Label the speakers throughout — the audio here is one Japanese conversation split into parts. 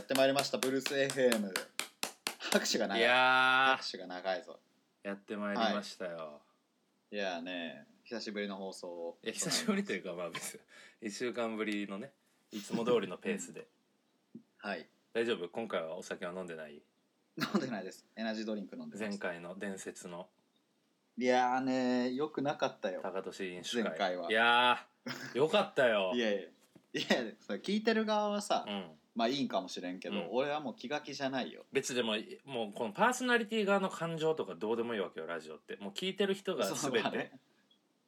Speaker 1: ってまいりましたブルース FM 拍手が長
Speaker 2: い
Speaker 1: い
Speaker 2: や
Speaker 1: 拍手が長いぞ
Speaker 2: ーやってまいりましたよ、
Speaker 1: いやーね久しぶりの放送を
Speaker 2: い、や久しぶりというかまあ別に1週間ぶりのねいつも通りのペースで
Speaker 1: はい
Speaker 2: 大丈夫今回はお酒は飲んでない
Speaker 1: 飲んでないですエナジードリンク飲んでます
Speaker 2: 前回の伝説の
Speaker 1: いやーねよくなかったよ
Speaker 2: 高年飲酒会
Speaker 1: 前回はい
Speaker 2: やーよかったよ
Speaker 1: いやいやいやそれ聞いてる側はさ、
Speaker 2: うん、
Speaker 1: まあいいんかもしれんけど、
Speaker 2: うん
Speaker 1: 俺はもう気が気じゃないよ
Speaker 2: 別でももうこのパーソナリティ側の感情とかどうでもいいわけよラジオってもう聞いてる人が
Speaker 1: そ
Speaker 2: 全て
Speaker 1: うまあね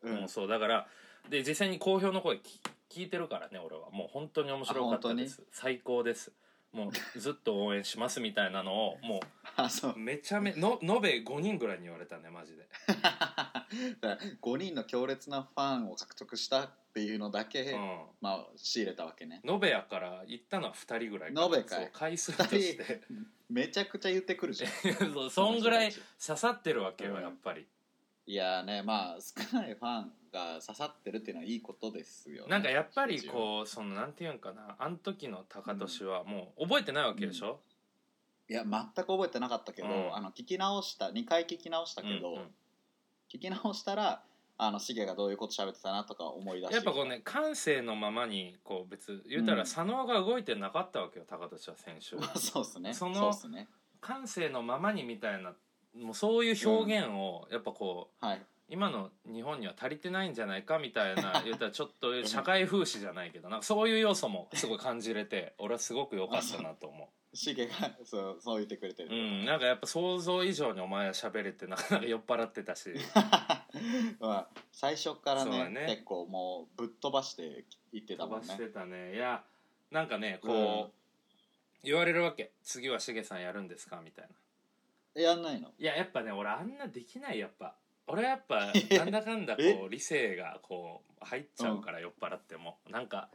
Speaker 1: うん、
Speaker 2: もうそうだからで実際に好評の声き聞いてるからね俺はもう本当に面白かったです最高ですもうずっと応援しますみたいなのをも
Speaker 1: あそう
Speaker 2: う めちゃめの延べ5人ぐらいに言われたねマジで、
Speaker 1: 5人の強烈なファンを獲得したっていうのだけ、
Speaker 2: うん、
Speaker 1: まあ仕入れたわけね
Speaker 2: 延べやから行ったのは2人ぐらい
Speaker 1: 延べか
Speaker 2: そ
Speaker 1: い
Speaker 2: う回数として
Speaker 1: めちゃくちゃ言ってくるじゃん
Speaker 2: そうそんぐらい
Speaker 1: その人たち
Speaker 2: 刺さってるわけよ
Speaker 1: うん
Speaker 2: やっぱり、
Speaker 1: いやーねまあ少ないファンが刺さってるっていうのはいいことですよ、ね、
Speaker 2: なんかやっぱりこうそのなんていうんかなあの時の高俊はもう覚えてないわけでしょ、
Speaker 1: ういや全く覚えてなかったけど、
Speaker 2: うん
Speaker 1: あの聞き直した2回聞き直した
Speaker 2: う
Speaker 1: け
Speaker 2: ん
Speaker 1: ど、
Speaker 2: うん
Speaker 1: 聞き直したらあのシゲがどういうこと喋ってたなとか思い出して
Speaker 2: やっぱこうね感性のままにこう別言うた
Speaker 1: うん
Speaker 2: ら佐野が動いてなかったわけよ高俊は先週
Speaker 1: まあ そうっすね
Speaker 2: その
Speaker 1: そうっすね
Speaker 2: 感性のままにみたいなもうそういう表現をやっぱこう
Speaker 1: はい
Speaker 2: 今の日本には足りてないんじゃないかみたい な言うたらちょっと社会風刺じゃないけどなんかそういう要素もすごい感じれて俺はすごく良かったなと思
Speaker 1: シゲがそうそう言ってくれて
Speaker 2: うう
Speaker 1: る、
Speaker 2: んなんかやっぱ想像以上にお前は喋れてなかなか酔っ払ってたし
Speaker 1: まあ、最初から
Speaker 2: そう
Speaker 1: ね
Speaker 2: だね
Speaker 1: 結構もうぶっ飛ばして言ってた
Speaker 2: 飛
Speaker 1: も
Speaker 2: ば
Speaker 1: んね
Speaker 2: してたねいやなんかねこう言われるわけ次はしげさんやるんですかみたいな
Speaker 1: えやんないの
Speaker 2: いややっぱね俺あんなできないやっぱ俺やっぱなんだかんだこ
Speaker 1: え
Speaker 2: う理性がこう入っちゃうから酔っ払っても、なんか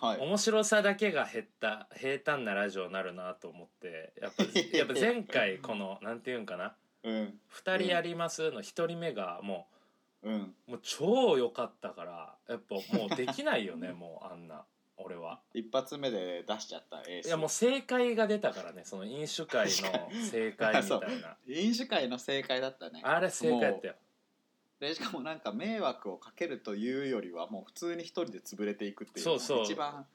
Speaker 1: はい
Speaker 2: 面白さだけが減った平坦なラジオになるなと思ってやっぱやっぱ前回このなんていうんかな
Speaker 1: うん
Speaker 2: 「2人やります」の1人目がも
Speaker 1: うん
Speaker 2: うもう超良かったからやっぱもうできないよねもうあんな俺は。
Speaker 1: 一発目で出しちゃったエース
Speaker 2: いやもう正解が出たからねその飲酒会の正解みたいな
Speaker 1: 飲酒会の正解だったね
Speaker 2: あれ正解やったよ。
Speaker 1: でしかもなんか迷惑をかけるというよりはもう普通に一人で潰れていくっていう
Speaker 2: そうそう
Speaker 1: 一番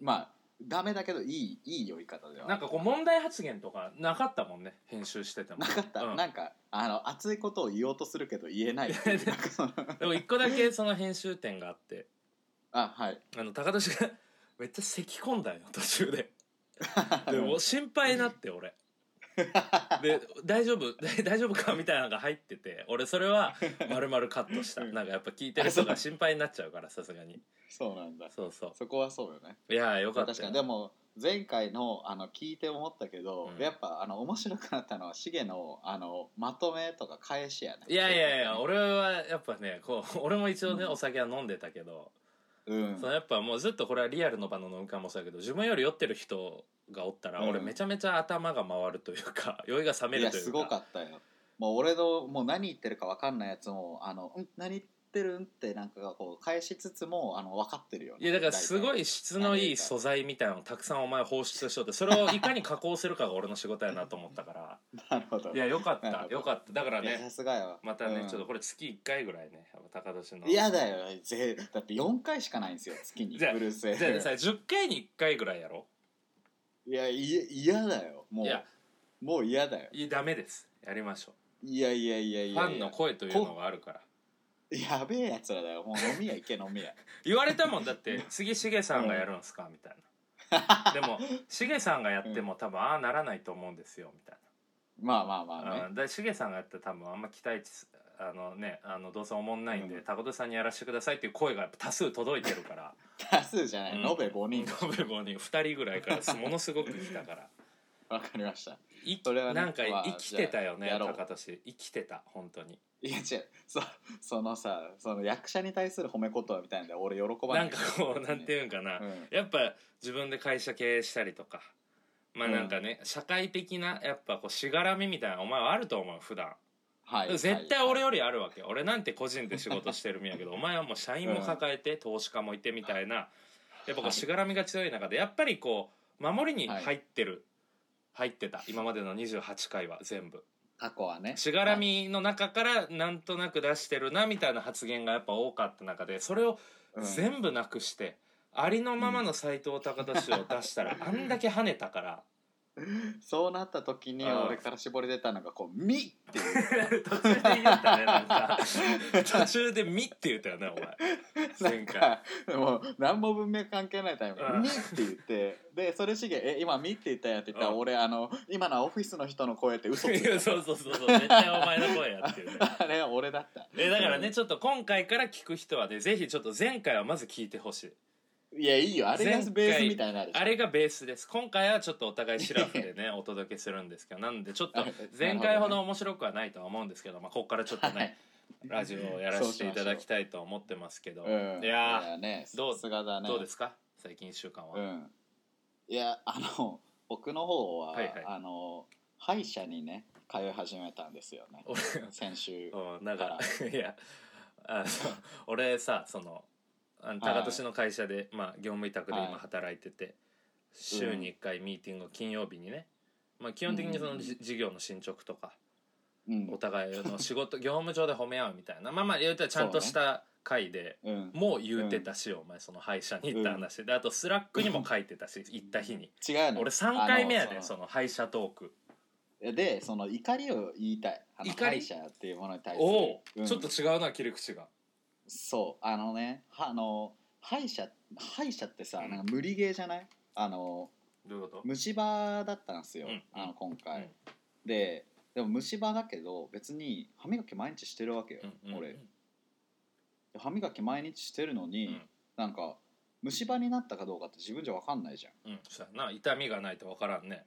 Speaker 1: まあダメだけどいいいい酔い方では
Speaker 2: なんかこう問題発言とかなかったもんね編集してても
Speaker 1: なかった、
Speaker 2: うん
Speaker 1: なんかあの熱いことを言おうとするけど言えないっていうなんかその
Speaker 2: でも一個だけその編集点があって
Speaker 1: あはい
Speaker 2: あの高俊が めっちゃ咳込んだよ途中ででも心配になって俺で「大丈夫 大丈夫か?」みたいなのが入ってて俺それは丸々カットした
Speaker 1: うん
Speaker 2: なんかやっぱ聞いてる人が心配になっちゃうからさすがに
Speaker 1: そうなんだ
Speaker 2: そうそ
Speaker 1: そこはそうよね
Speaker 2: ういやーよかったよ
Speaker 1: 確かにでも前回のあの聞いて思ったけど、
Speaker 2: うん
Speaker 1: やっぱあの面白くなったのはシゲのあのまとめとか返しやね
Speaker 2: いやいやいや
Speaker 1: 俺
Speaker 2: 俺はやっぱねこう俺も一応ね
Speaker 1: うん
Speaker 2: お酒は飲んでたけど
Speaker 1: うん
Speaker 2: そのやっぱもうずっとこれはリアルの場の飲み会もそうやけど自分より酔ってる人がおったら
Speaker 1: うん
Speaker 2: 俺めちゃめちゃ頭が回るというか 酔いが冷め
Speaker 1: い
Speaker 2: る
Speaker 1: や
Speaker 2: というか
Speaker 1: すごかったよもう俺のもう何言ってるか分かんないやつもあの「ん何言ってるん?」ってなんかがこう返しつつもあの分かってるよね
Speaker 2: いやだからすご
Speaker 1: 大体
Speaker 2: い質のいい素材みたいなのをたくさんお前放出しとってそれをいかに加工するかが俺の仕事やなと思ったから
Speaker 1: なるほど
Speaker 2: いやよかっ
Speaker 1: なる
Speaker 2: た
Speaker 1: ほど
Speaker 2: よかっただから
Speaker 1: い
Speaker 2: ね
Speaker 1: やさすがよ
Speaker 2: またねちょっと
Speaker 1: と
Speaker 2: これ月1回ぐらいねやっぱ高年の
Speaker 1: 嫌だよぜだって4回しかないんですよ月に
Speaker 2: じゃあ
Speaker 1: ブルース
Speaker 2: じゃあさ
Speaker 1: FM
Speaker 2: 10回に1回ぐらいやろ
Speaker 1: いやいや嫌だよも
Speaker 2: いうや
Speaker 1: もう嫌だよ
Speaker 2: いいダメですやりましょ
Speaker 1: いやいやいや
Speaker 2: う
Speaker 1: い
Speaker 2: フ
Speaker 1: や
Speaker 2: ァンの声というのがあるから
Speaker 1: やべえやつらだよもう飲み屋行け飲み屋
Speaker 2: 言われたもんだって「次しげさんがやるんすか?」みたい なでもしげさんがやっても多分ああならないと思うんですよみたい
Speaker 1: まあまあまあね
Speaker 2: なうんでしげさんがやったら多分あんま期待値あのねあのどうせおもんないんで、
Speaker 1: うん
Speaker 2: 高田さんにやらせてくださいっていう声がやっぱ多数届いてるから
Speaker 1: 多数じゃない、
Speaker 2: うん
Speaker 1: 延べ5人
Speaker 2: 延べ五人2人ぐらい からものすごく来たから
Speaker 1: わかりました
Speaker 2: い
Speaker 1: それはね
Speaker 2: なんか
Speaker 1: まあ
Speaker 2: 生きてたよね
Speaker 1: じゃあやろう
Speaker 2: 高田氏生きてた本当に
Speaker 1: いや違うそそのさその役者に対する褒め言葉みたいなんで俺喜ば
Speaker 2: な
Speaker 1: ない
Speaker 2: ん かこうなんていうんかな、
Speaker 1: うん、
Speaker 2: やっぱ自分で会社経営したりとかまあなんかね、社会的なやっぱこうしがらみみたいなお前はあると思う普段、
Speaker 1: はい
Speaker 2: 絶対俺
Speaker 1: を
Speaker 2: よりあるわけ、俺なんて個人で仕事してる身やけどお前はもう社員も抱えて、投資家もいてみたいなやっぱこ
Speaker 1: はいう
Speaker 2: しがらみが強い中でやっぱりこ守りに
Speaker 1: はい
Speaker 2: 入ってる、入ってた今までの28回は全部
Speaker 1: 過去はね
Speaker 2: しがらみの中からなんとなく出してるなみたいな発言がやっぱ多かった中でそれを
Speaker 1: うん
Speaker 2: 全部なくして、ありのままの斎藤隆俊を出したら、 あんだけ跳ねたから
Speaker 1: そうなった時に
Speaker 2: うん
Speaker 1: 俺から絞り出たのがこう「み」っていう
Speaker 2: 途中で言ったねなんか 途中で「み」って言ったよねお前
Speaker 1: な
Speaker 2: 前
Speaker 1: んか
Speaker 2: 回
Speaker 1: もう何も文明関係ないタイム
Speaker 2: うん
Speaker 1: に」って言ってでそれしげ「え今み」って言ったやんって言ったら
Speaker 2: うん
Speaker 1: 俺あの今のはオフィスの人の声って嘘つい
Speaker 2: いや
Speaker 1: た
Speaker 2: そうそうそうそう絶対お前の声やってるね
Speaker 1: あれは俺だった
Speaker 2: えだからねちょっと今回から聞く人はねぜひちょっと前回はまず聞いてほしい
Speaker 1: いやいいよあれがベースみたいになる
Speaker 2: あれがベースです今回はちょっとお互いシラフで ねお届けするんですけどなんでちょっと前回ほど面白くはないとは思うんですけど、まあ、ここからちょっとね、
Speaker 1: はい
Speaker 2: ラジオをやらせていただきたいと思ってますけど
Speaker 1: うん
Speaker 2: いやー
Speaker 1: ね
Speaker 2: どう
Speaker 1: さすがだね
Speaker 2: どうですか最近1週間は、
Speaker 1: うんいやあの僕の方は
Speaker 2: はいはい
Speaker 1: あの歯医者にね通い始めたんですよね
Speaker 2: 俺
Speaker 1: 先週
Speaker 2: うんだからいやあの俺さそのあの高俊の会社で、まあ、業務委託で
Speaker 1: は
Speaker 2: 今
Speaker 1: い
Speaker 2: 働いてて、週に1回ミーティングを金曜日にね、まあ、基本的にそのじ事業の進捗とか、
Speaker 1: うん
Speaker 2: お互いの仕事業務上で褒め合うみたいなまあまあ言うたらちゃんとした回で。
Speaker 1: うん
Speaker 2: もう言うてたし、お前その歯医者に行った話、であとスラックにも書いてたし行った日に
Speaker 1: 違うの
Speaker 2: 俺3回目や
Speaker 1: あ
Speaker 2: で
Speaker 1: の
Speaker 2: その歯医者トーク
Speaker 1: でその怒りを言いたいあの
Speaker 2: 怒り
Speaker 1: 歯医者っていうものに対する
Speaker 2: おお、
Speaker 1: うん
Speaker 2: ちょっと違うな切り口が
Speaker 1: そうあのねはあの歯医者歯医者ってさ
Speaker 2: うん
Speaker 1: なんか無理ゲーじゃないあの
Speaker 2: どういうこと
Speaker 1: 虫歯だったんですよ、
Speaker 2: うん
Speaker 1: あの今回、
Speaker 2: うん
Speaker 1: ででも虫歯だけど別に歯磨き毎日してるわけよ、
Speaker 2: うんうん
Speaker 1: 俺歯磨き毎日してるのに、
Speaker 2: うん
Speaker 1: なんか虫歯になったかどうかって自分じゃ分かんないじゃん
Speaker 2: うんそうやな痛みがないと分からんね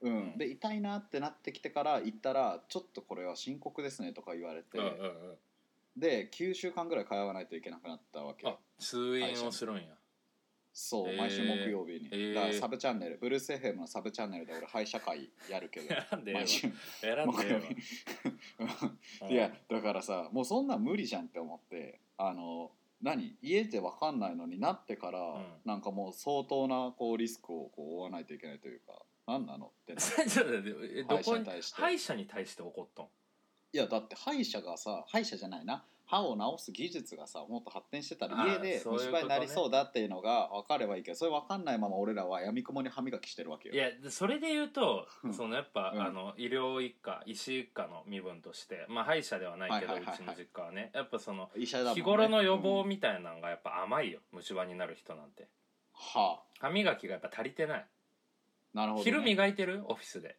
Speaker 1: うん、
Speaker 2: うん
Speaker 1: で痛いなってなってきてから行ったらちょっとこれは深刻ですねとか言われて、
Speaker 2: うんうんうん
Speaker 1: で9週間ぐらい通わないといけなくなったわけ
Speaker 2: あ通院をするんや
Speaker 1: そう、
Speaker 2: えー
Speaker 1: 毎週木曜日に、
Speaker 2: えー
Speaker 1: だからサブチャンネルブルース FM のサブチャンネルで俺歯医者会やるけど
Speaker 2: 選ん でえ
Speaker 1: 毎週
Speaker 2: えわ選んで
Speaker 1: 木曜日
Speaker 2: ええわ
Speaker 1: いやだからさもうそんなん無理じゃんって思ってあの何家で分かんないのになってから、
Speaker 2: ん
Speaker 1: なんかもう相当なこうリスクをこう負わないといけないというか何なのってな
Speaker 2: ちょっと待ってえ ど
Speaker 1: 歯医
Speaker 2: こ
Speaker 1: 者に
Speaker 2: に
Speaker 1: 対して
Speaker 2: 歯医者に対して怒っとん
Speaker 1: いやだって歯医者がさ歯医者じゃないな歯を治す技術がさもっと発展してたら
Speaker 2: あー
Speaker 1: 家で
Speaker 2: そういうこと
Speaker 1: 虫
Speaker 2: ね
Speaker 1: 歯になりそうだっていうのが分かればいいけどそれ分かんないまま俺らはやみくもに歯磨きしてるわけよ
Speaker 2: いやでそれで言うと
Speaker 1: うん
Speaker 2: そのやっぱ、
Speaker 1: うん
Speaker 2: あの医療一家医師一家の身分として、まあ、歯医者ではないけど、
Speaker 1: はいはいはいはいう
Speaker 2: ちの実家はねやっぱその
Speaker 1: 医者だもんね
Speaker 2: 日頃の予
Speaker 1: うん
Speaker 2: 防みたいなのがやっぱ甘いよ、虫歯になる人なんて
Speaker 1: は
Speaker 2: 歯磨きがやっぱ足りてない、
Speaker 1: あ、なるほど、ね。
Speaker 2: 昼磨いてるオフィスで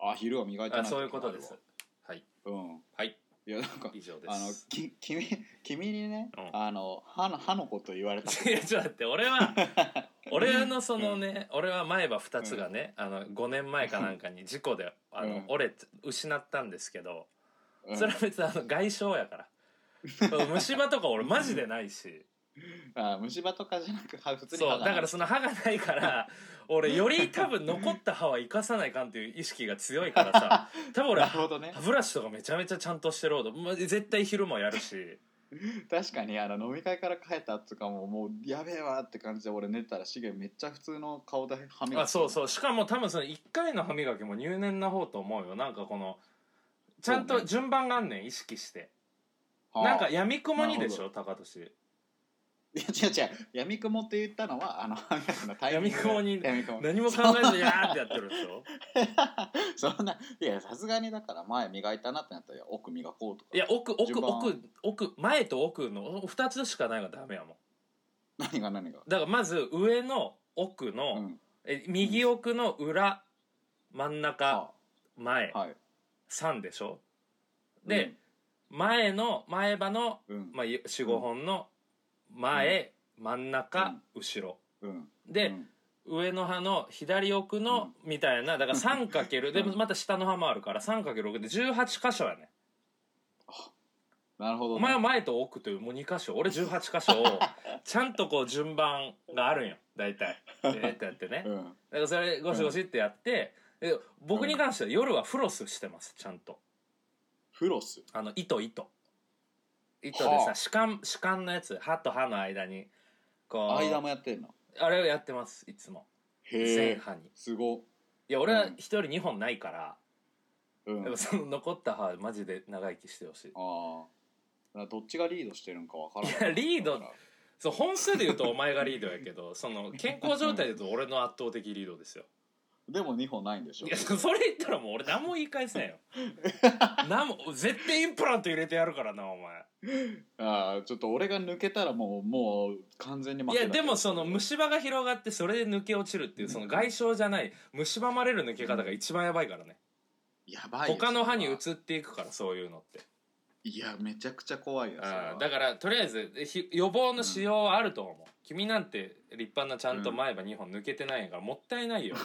Speaker 1: あ、昼は磨いてな
Speaker 2: あ
Speaker 1: い。
Speaker 2: そういうことです。はい
Speaker 1: うん。
Speaker 2: はい
Speaker 1: いや、なんか、
Speaker 2: 以上で
Speaker 1: あの
Speaker 2: す、
Speaker 1: き、君、君にね、
Speaker 2: うん
Speaker 1: あの、歯の、歯のこと言われた。
Speaker 2: いやちょっと待って俺 は俺のそのね、俺は前歯2つがね、あの5年前かなんかに事故であの、
Speaker 1: うん
Speaker 2: 折れて失ったんですけど、
Speaker 1: うん
Speaker 2: それは別にあの外傷や から虫歯とか俺マジでないし
Speaker 1: あ、虫歯とかじゃなく、歯、普通に
Speaker 2: そ
Speaker 1: 歯
Speaker 2: うだ
Speaker 1: がない。
Speaker 2: からその歯がないから 俺より多分残った歯は生かさないかんっていう意識が強いからさ多分俺
Speaker 1: なる
Speaker 2: 歯
Speaker 1: ほどね。
Speaker 2: ブラシとかめちゃめちゃちゃんとしてるほどま絶対昼もやるし
Speaker 1: 確かに、あの、飲み会から帰ったとかも、もう、やべえわって感じで、俺寝てたら、しげめっちゃ普通の顔で歯磨き。
Speaker 2: あそうそうしかも多分その1回の歯磨きも入念な方と思うよなんかこのちゃん
Speaker 1: そう
Speaker 2: と
Speaker 1: ね
Speaker 2: 順番があんねん意識して、
Speaker 1: はあ
Speaker 2: なんかやみくもにでしょ高俊
Speaker 1: いや、違う違う。やみくもって言ったのは、あの、歯磨きのタイミン
Speaker 2: や
Speaker 1: グ。
Speaker 2: みくもに
Speaker 1: やみくも。
Speaker 2: 何も考えずにやーってやってるでしょ
Speaker 1: そんな、いや、さすがにだから、前磨いたなってなったら、いや奥磨こうとか。
Speaker 2: いや奥奥
Speaker 1: 順番
Speaker 2: 奥奥前と奥の2つしかないがダメやもん
Speaker 1: 何が何が。
Speaker 2: だからまず上の奥の、
Speaker 1: うん。
Speaker 2: え右奥の裏真ん中
Speaker 1: は
Speaker 2: 前
Speaker 1: あはい。
Speaker 2: 3でしょで、前の前歯の、
Speaker 1: うん、うん、
Speaker 2: まあ、45本の前、真ん中、後ろ
Speaker 1: うん、
Speaker 2: で、
Speaker 1: うん
Speaker 2: 上の歯の左奥の、みたいなだから 3× で
Speaker 1: うん
Speaker 2: また下の歯もあるから 3×6 で18箇所やね
Speaker 1: なるほど、ね。
Speaker 2: お前は前と奥というもう2箇所俺18箇所 をちゃんとこう順番があるんよ大体えーってやってね
Speaker 1: うん、
Speaker 2: だからそれゴシゴシってやって、で僕に関しては夜はフロスしてますちゃんと
Speaker 1: フロス。
Speaker 2: あの糸糸糸で
Speaker 1: は
Speaker 2: さ
Speaker 1: あ
Speaker 2: 歯間歯間のやつ歯と歯の間にこう
Speaker 1: 間もやってんの。
Speaker 2: あれをやってますいつも
Speaker 1: へ
Speaker 2: 前
Speaker 1: え
Speaker 2: 歯に
Speaker 1: すご、
Speaker 2: いや俺は
Speaker 1: うん
Speaker 2: 一人2本ないから、
Speaker 1: うん、
Speaker 2: やっぱその残った歯マジで長生きしてほしい
Speaker 1: ああどっちがリードしてるんかわからない
Speaker 2: いやリードそう本数で言うとお前がリードやけどその健康状態で言うと俺の圧倒的リードですよ
Speaker 1: でも2本ないんでしょ
Speaker 2: いやそれ言ったらもう俺何も言い返せんよ何も絶対インプラント入れてやるからなお前
Speaker 1: ああちょっと俺が抜けたらもうもう完全に負
Speaker 2: い
Speaker 1: けだ
Speaker 2: や
Speaker 1: けど
Speaker 2: でもその虫歯が広がってそれで抜け落ちるっていうその外傷じゃない虫歯まれる抜け方が一番やばいからね
Speaker 1: やばいよ
Speaker 2: 他の歯に
Speaker 1: それ
Speaker 2: 移
Speaker 1: は
Speaker 2: っていくからそういうのって
Speaker 1: いやめちゃくちゃ怖いよそれ
Speaker 2: あ
Speaker 1: は
Speaker 2: ーだからとりあえずひ予防のしようはあると思う、君なんて立派なちゃんと前歯2本抜けてないんやからもったいないよ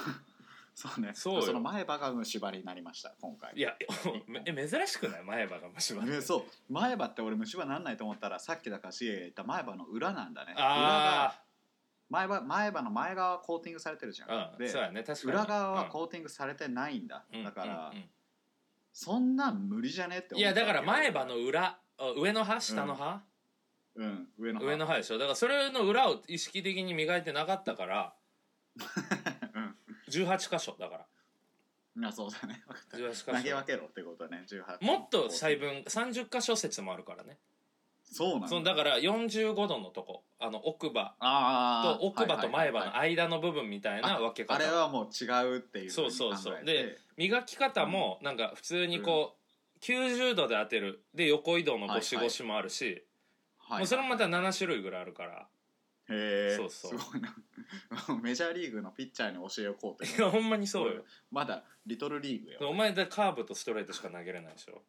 Speaker 1: そうね
Speaker 2: そうよ
Speaker 1: その前歯が虫歯になりました今回
Speaker 2: いや え珍しくない前歯が虫歯
Speaker 1: ねそう前歯って俺虫歯なんないと思ったらさっきだからシエが言った前歯の裏なんだね裏が
Speaker 2: あ
Speaker 1: 前歯前歯の前側はコーティングされてるじゃ
Speaker 2: あ
Speaker 1: ん、
Speaker 2: うん
Speaker 1: で
Speaker 2: そうやね確かに
Speaker 1: 裏側はコーティングされてないんだ、
Speaker 2: うん
Speaker 1: だから、
Speaker 2: うんうん
Speaker 1: そんなん無理じゃねって
Speaker 2: い
Speaker 1: 思った
Speaker 2: や
Speaker 1: わけ
Speaker 2: だから前歯の裏あ上の歯下の歯、
Speaker 1: うん上の歯
Speaker 2: 上の歯でしょだからそれの裏を意識的に磨いてなかったから18箇所だから
Speaker 1: うんあそうだね
Speaker 2: 18箇所
Speaker 1: 投げ分けろってことね18
Speaker 2: もっと細分30箇所説もあるからね
Speaker 1: そうなん
Speaker 2: そのだから45度のとこあの奥歯
Speaker 1: あ
Speaker 2: と
Speaker 1: あ
Speaker 2: 奥歯と前歯の
Speaker 1: あ
Speaker 2: 間の部分みたいな分け
Speaker 1: あ
Speaker 2: 方
Speaker 1: れはもう違うっていうふに考えて
Speaker 2: そうそうそうで磨き方もなんか普通にこう90度で当てるで横移動のゴシゴシもあるし
Speaker 1: はい
Speaker 2: もうそれもまた7種類ぐらいあるから
Speaker 1: へえ
Speaker 2: そうそう
Speaker 1: すごいな メジャーリーグのピッチャーに教えようこうって
Speaker 2: いやほんまにそうよ
Speaker 1: まだリトルリーグよ
Speaker 2: お前でカーブとストレートしか投げれないでしょ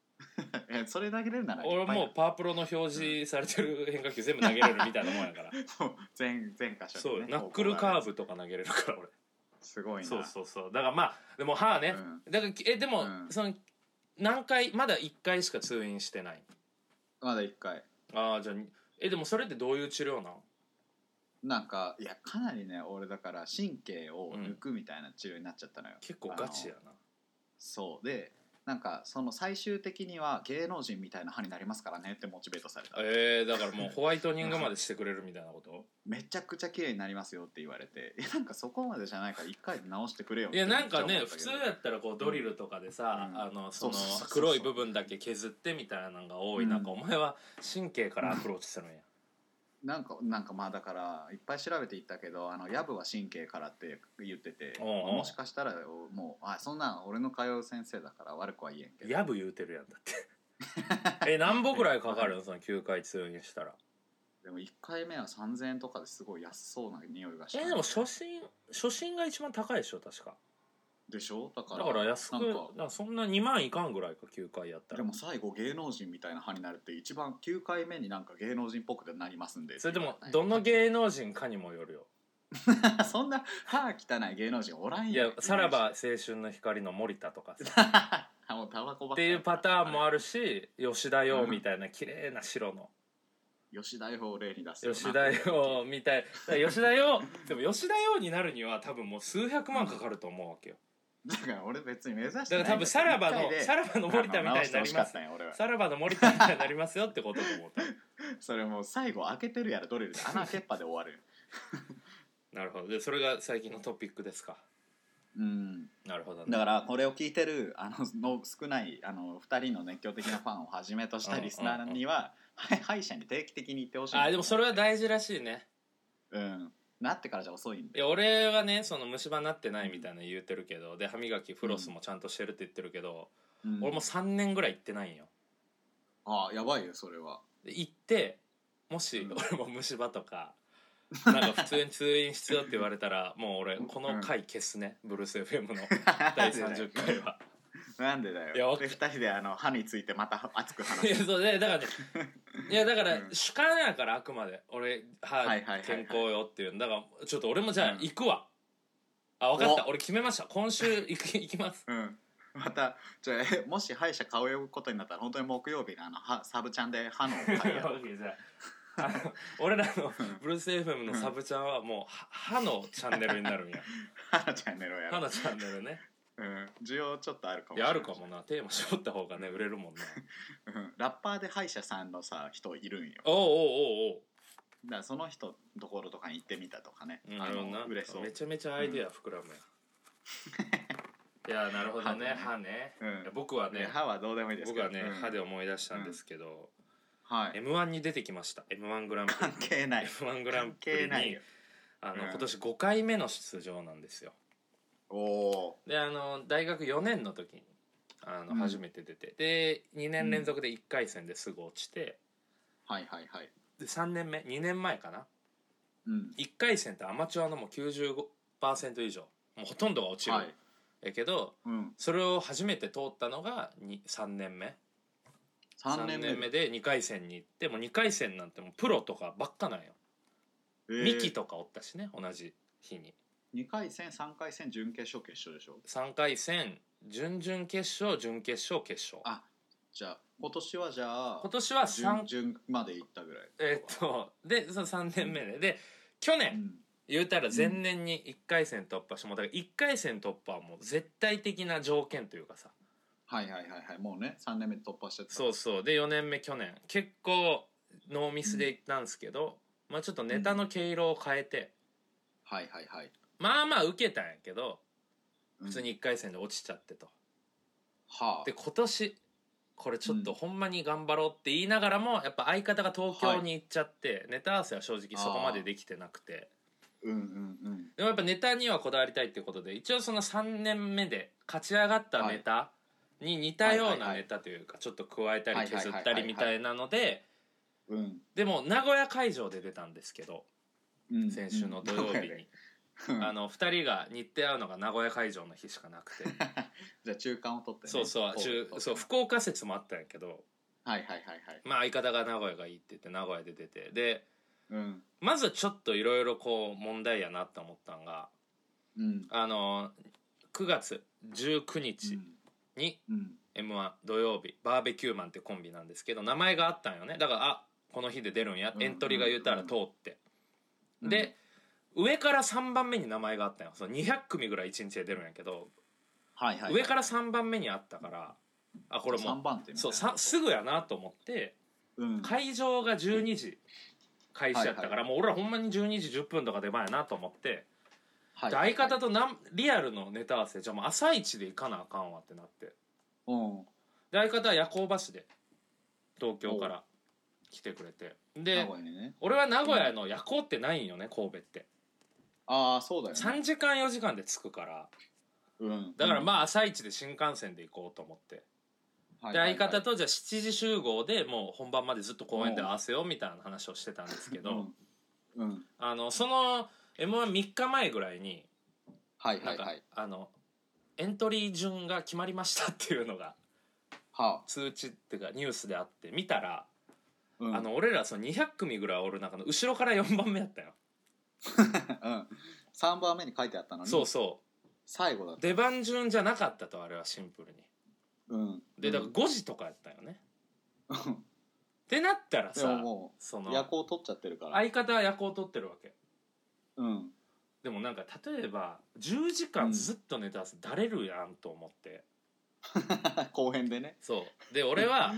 Speaker 1: えそれ投げれるなら
Speaker 2: 俺 もうパワープロの表示されてる変化球全部投げれるみたいなもんや から
Speaker 1: う全全箇所
Speaker 2: そうよ
Speaker 1: にね
Speaker 2: ナックルカー
Speaker 1: こ
Speaker 2: ブとか投げれるから俺
Speaker 1: うすごいな
Speaker 2: そうそうそうだからまあでも歯ね、
Speaker 1: う
Speaker 2: だからえでも、
Speaker 1: うん
Speaker 2: その何回まだ1回しか通院してない
Speaker 1: まだ一回
Speaker 2: ああじゃあえでもそれってどういう治療なの
Speaker 1: なんかいやかなりね俺だから神経を抜くみたいな治療になっちゃったのよ、
Speaker 2: 結構ガチやな
Speaker 1: そうでなんかその最終的には芸能人みたいな歯になりますからねってモチベートされた、
Speaker 2: えー、だからもうホワイトニングまでしてくれるみたいなこと
Speaker 1: めちゃくちゃ綺麗になりますよって言われていやなんかそこまでじゃないから一回で直してくれよっ
Speaker 2: い
Speaker 1: て
Speaker 2: やなんか
Speaker 1: めっ
Speaker 2: ね
Speaker 1: ちゃ思った
Speaker 2: 普
Speaker 1: け
Speaker 2: 通
Speaker 1: ど
Speaker 2: やったらこうドリルとかでさ、
Speaker 1: うん
Speaker 2: あのその
Speaker 1: そうそうそうそう
Speaker 2: 黒い部分だけ削ってみたいなのが多い中、
Speaker 1: うん
Speaker 2: お前は神経からアプローチするんや
Speaker 1: なんかなんかまあだからいっぱい調べていったけどあのヤブは神経からって言ってて、
Speaker 2: おうおう
Speaker 1: まあもしかしたらよもうあそんなん俺の通う先生だから悪くは言えんけど
Speaker 2: やぶ言うてるやんだ ってえ何本くらいかかるのその9回通院したら
Speaker 1: でも1回目は3000円とかですごい安そうな匂いがした
Speaker 2: えでも初心初心が一番高いでしょ確か
Speaker 1: でしょだか
Speaker 2: だ
Speaker 1: ら
Speaker 2: から安く
Speaker 1: なん
Speaker 2: だ
Speaker 1: か
Speaker 2: からそんな2万いかんぐらいか9回やった
Speaker 1: で
Speaker 2: ら
Speaker 1: も最後芸能人みたいな歯になるって一番9回目になんか芸能人っぽくなりますんで
Speaker 2: それでもどの芸能人かにもよるよ
Speaker 1: そんな歯汚い芸能人おらん
Speaker 2: いやさらば青春の光の森田とかさ
Speaker 1: あもうタバコば
Speaker 2: っ
Speaker 1: っか
Speaker 2: て
Speaker 1: り
Speaker 2: いうパターンもあるし吉田洋みたいな綺麗な白の
Speaker 1: 吉田洋を例に出すよな
Speaker 2: 吉田洋みたいだから吉田洋でも吉田洋になるには多分もう数百万かかると思うわけよ
Speaker 1: だから俺別に目指してない
Speaker 2: だから多分さらばの
Speaker 1: 一回で
Speaker 2: さらばの森田みたいにな
Speaker 1: 直
Speaker 2: り
Speaker 1: してほしか
Speaker 2: ま
Speaker 1: っ
Speaker 2: す
Speaker 1: たんよ俺は
Speaker 2: さらばの森田みたいになりますよってことと思った
Speaker 1: それもう最後開けてるやろドリルで穴開けっぱで終わる
Speaker 2: なるほどでそれが最近のトピックですか
Speaker 1: うん
Speaker 2: なるほどね
Speaker 1: だからこれを聞いてるあのの少ないあの2人の熱狂的なファンをはじめとしたリスナーにははい歯医者に定期的に行ってほしい
Speaker 2: あでもそれは大事らしいね
Speaker 1: うんなってからじゃ遅いん
Speaker 2: い
Speaker 1: で
Speaker 2: や俺はねその虫歯なってないみたいなの言うてるけどで歯磨きフロスもちゃんとしてるって言ってるけど、
Speaker 1: うん
Speaker 2: 俺も3年ぐらい行ってないんよ
Speaker 1: あやばいよそれは
Speaker 2: で行ってもし
Speaker 1: うん
Speaker 2: 俺も虫歯とか、なんか普通に通院必要って言われたら もう俺この回消すね、ブルース FM の第30回は
Speaker 1: なんでだよ
Speaker 2: いやわ
Speaker 1: で2人であの歯についてまた熱く
Speaker 2: い
Speaker 1: 話
Speaker 2: や
Speaker 1: す
Speaker 2: そうでだ からねいやだから
Speaker 1: うん
Speaker 2: 主観やからあくまで俺歯
Speaker 1: はいはいはい
Speaker 2: 健康よっていうだからちょっと俺もじゃあ
Speaker 1: うん
Speaker 2: 行くわ、あ分かった
Speaker 1: お
Speaker 2: 俺決めました今週 行く行きます
Speaker 1: うんまたじゃあえもし歯医者通うことになったら本当に木曜日のあの歯サブちゃんで歯の
Speaker 2: い
Speaker 1: 会
Speaker 2: や
Speaker 1: やろ
Speaker 2: オ
Speaker 1: う
Speaker 2: ッケーじゃああの俺らのブルース FM のサブチャンはもうは歯のチャンネルになるんや
Speaker 1: 歯のチャンネルをや
Speaker 2: 歯
Speaker 1: ろう
Speaker 2: のチャンネルね
Speaker 1: うん需要ちょっとあるかも
Speaker 2: い
Speaker 1: しれ
Speaker 2: や
Speaker 1: ない
Speaker 2: あるかもなテーマ絞った方がね売 れるもんな
Speaker 1: うんラッパーで歯医者さんのさ人いるんよ
Speaker 2: おうおうおう
Speaker 1: だからその人のところとかに行ってみたとかね、
Speaker 2: うん
Speaker 1: あ
Speaker 2: でも
Speaker 1: の
Speaker 2: なん
Speaker 1: 嬉しそ
Speaker 2: か
Speaker 1: う
Speaker 2: めちゃめちゃアイデア膨らむ やんいやなるほどね歯
Speaker 1: 歯
Speaker 2: ね
Speaker 1: うん
Speaker 2: いや僕は
Speaker 1: ね
Speaker 2: ね
Speaker 1: 歯はどうでもいいです
Speaker 2: 僕
Speaker 1: けど
Speaker 2: はね
Speaker 1: うん
Speaker 2: 歯で思い出したんですけど
Speaker 1: はい
Speaker 2: m 1に出てきました m 1グランプリ
Speaker 1: 関係ない
Speaker 2: m 1グランプリ
Speaker 1: 関係ない
Speaker 2: に
Speaker 1: よ
Speaker 2: あの
Speaker 1: うん
Speaker 2: 今年5回目の出場なんですよ
Speaker 1: おお
Speaker 2: であの大学4年の時にあの
Speaker 1: うん
Speaker 2: 初めて出て、で2年連続で1回戦ですぐ落ちて、
Speaker 1: ーはいはいはい
Speaker 2: で3年目2年前かな
Speaker 1: うん
Speaker 2: 1回戦ってアマチュアのもう95%以上もうほとんどが落ちる、
Speaker 1: はい
Speaker 2: やけど
Speaker 1: うん
Speaker 2: それを初めて通ったのがに3年目
Speaker 1: 3年目
Speaker 2: 三で2回戦に行ってもう2回戦なんてもうプロとかばっかなんよ、
Speaker 1: えー
Speaker 2: ミキとかおったしね同じ日に
Speaker 1: 2回戦3回戦準決勝決勝でしょ
Speaker 2: 3回戦準々決勝準決勝決勝
Speaker 1: あじゃあ今年はじゃあ
Speaker 2: 今年は3
Speaker 1: 準準まで行ったぐらい
Speaker 2: えっとでその3年目でで去
Speaker 1: う
Speaker 2: 年、
Speaker 1: ん
Speaker 2: 言うたら前年に1回戦突破してもうだから1回戦突破はもう絶対的な条件というかさ
Speaker 1: はいはいはいはいもうね3年目突破しちゃった
Speaker 2: そうそうで4年目去年結構ノーミスでいったんですけど、まあちょっとネタの毛色を変えて、
Speaker 1: はいはいはい
Speaker 2: まあまあ受けたんやけど
Speaker 1: うん
Speaker 2: 普通に1回戦で落ちちゃってと、
Speaker 1: はあ
Speaker 2: で今年これちょっとほんまに頑張ろうって言いながらもやっぱ相方が東京に行っちゃって、ネタ合わせは正直そこまでできてなくて
Speaker 1: うんうんうん
Speaker 2: でもやっぱネタにはこだわりたいっていうことで一応その3年目で勝ち上がったネタに似たようなネタというかちょっと加えたり削ったりみたいなので
Speaker 1: うん
Speaker 2: でも名古屋会場で出たんですけど
Speaker 1: うん
Speaker 2: 先週の土曜日に
Speaker 1: うん
Speaker 2: あの2人が日程合うのが名古屋会場の日しかなくて
Speaker 1: じゃあ中間を取ってね
Speaker 2: そうそう中そう福岡説もあったんやけど
Speaker 1: はいはいはいはい
Speaker 2: まあ相方が名古屋がいいって言って名古屋で出てで
Speaker 1: うん
Speaker 2: まずちょっといろいろこう問題やなと思ったんが
Speaker 1: うん
Speaker 2: あの9月19日に、
Speaker 1: うん、
Speaker 2: m 1土曜日バーベキューマンってコンビなんですけど名前があったんよねだからあこの日で出るんや
Speaker 1: うん
Speaker 2: エントリーが言うたら通って、
Speaker 1: うん
Speaker 2: で上から3番目に名前があったんよその200組ぐらい1日で出るんやけど、
Speaker 1: はいはい
Speaker 2: 上から3番目にあったからあこれも
Speaker 1: 3番手みたい
Speaker 2: うそ
Speaker 1: な
Speaker 2: うさすぐやなと思って
Speaker 1: うん、
Speaker 2: 会場が12時開始やったから、
Speaker 1: はい
Speaker 2: もう俺らほんまに12時10分とか出前やなと思って、
Speaker 1: はい
Speaker 2: で相方となんリアルのネタ合わせじゃあもう朝一で行かなあかんわってなって
Speaker 1: うん
Speaker 2: で相方は夜行バスで東京から来てくれて
Speaker 1: 名
Speaker 2: で
Speaker 1: 古屋にね
Speaker 2: 俺は名古屋の夜行ってないんよね神戸って
Speaker 1: ああそうだよ、ね、
Speaker 2: 3時間4時間で着くから
Speaker 1: うん
Speaker 2: だからまあ朝一で新幹線で行こうと思って
Speaker 1: あ
Speaker 2: で相方とじゃあ7時集合でもう本番までずっと公園で合わせようみたいな話をしてたんですけど
Speaker 1: うん、うん、
Speaker 2: あのその m 1 3日前ぐらいに
Speaker 1: はい
Speaker 2: な
Speaker 1: は
Speaker 2: ん
Speaker 1: い
Speaker 2: か
Speaker 1: はい
Speaker 2: あのエントリー順が決まりましたっていうのが
Speaker 1: はあ、
Speaker 2: 通知っていうかニュースであって見たら
Speaker 1: うん、
Speaker 2: あの俺らその200組ぐらいおる中の後ろから4番目やったよ
Speaker 1: うん3番目に書いてあったのに
Speaker 2: そうそ
Speaker 1: 最後だっ
Speaker 2: う
Speaker 1: た
Speaker 2: 出番順じゃなかったとあれはシンプルに
Speaker 1: うん
Speaker 2: でだから5時とかやったよねってなったら
Speaker 1: でも
Speaker 2: さ
Speaker 1: も
Speaker 2: そうの
Speaker 1: 夜行取っちゃってるから
Speaker 2: 相方は夜行取ってるわけ
Speaker 1: うん
Speaker 2: でもなんか例えば10時間ずっとネタ合わせだれるやんと思って、
Speaker 1: 後編でね
Speaker 2: そうで俺は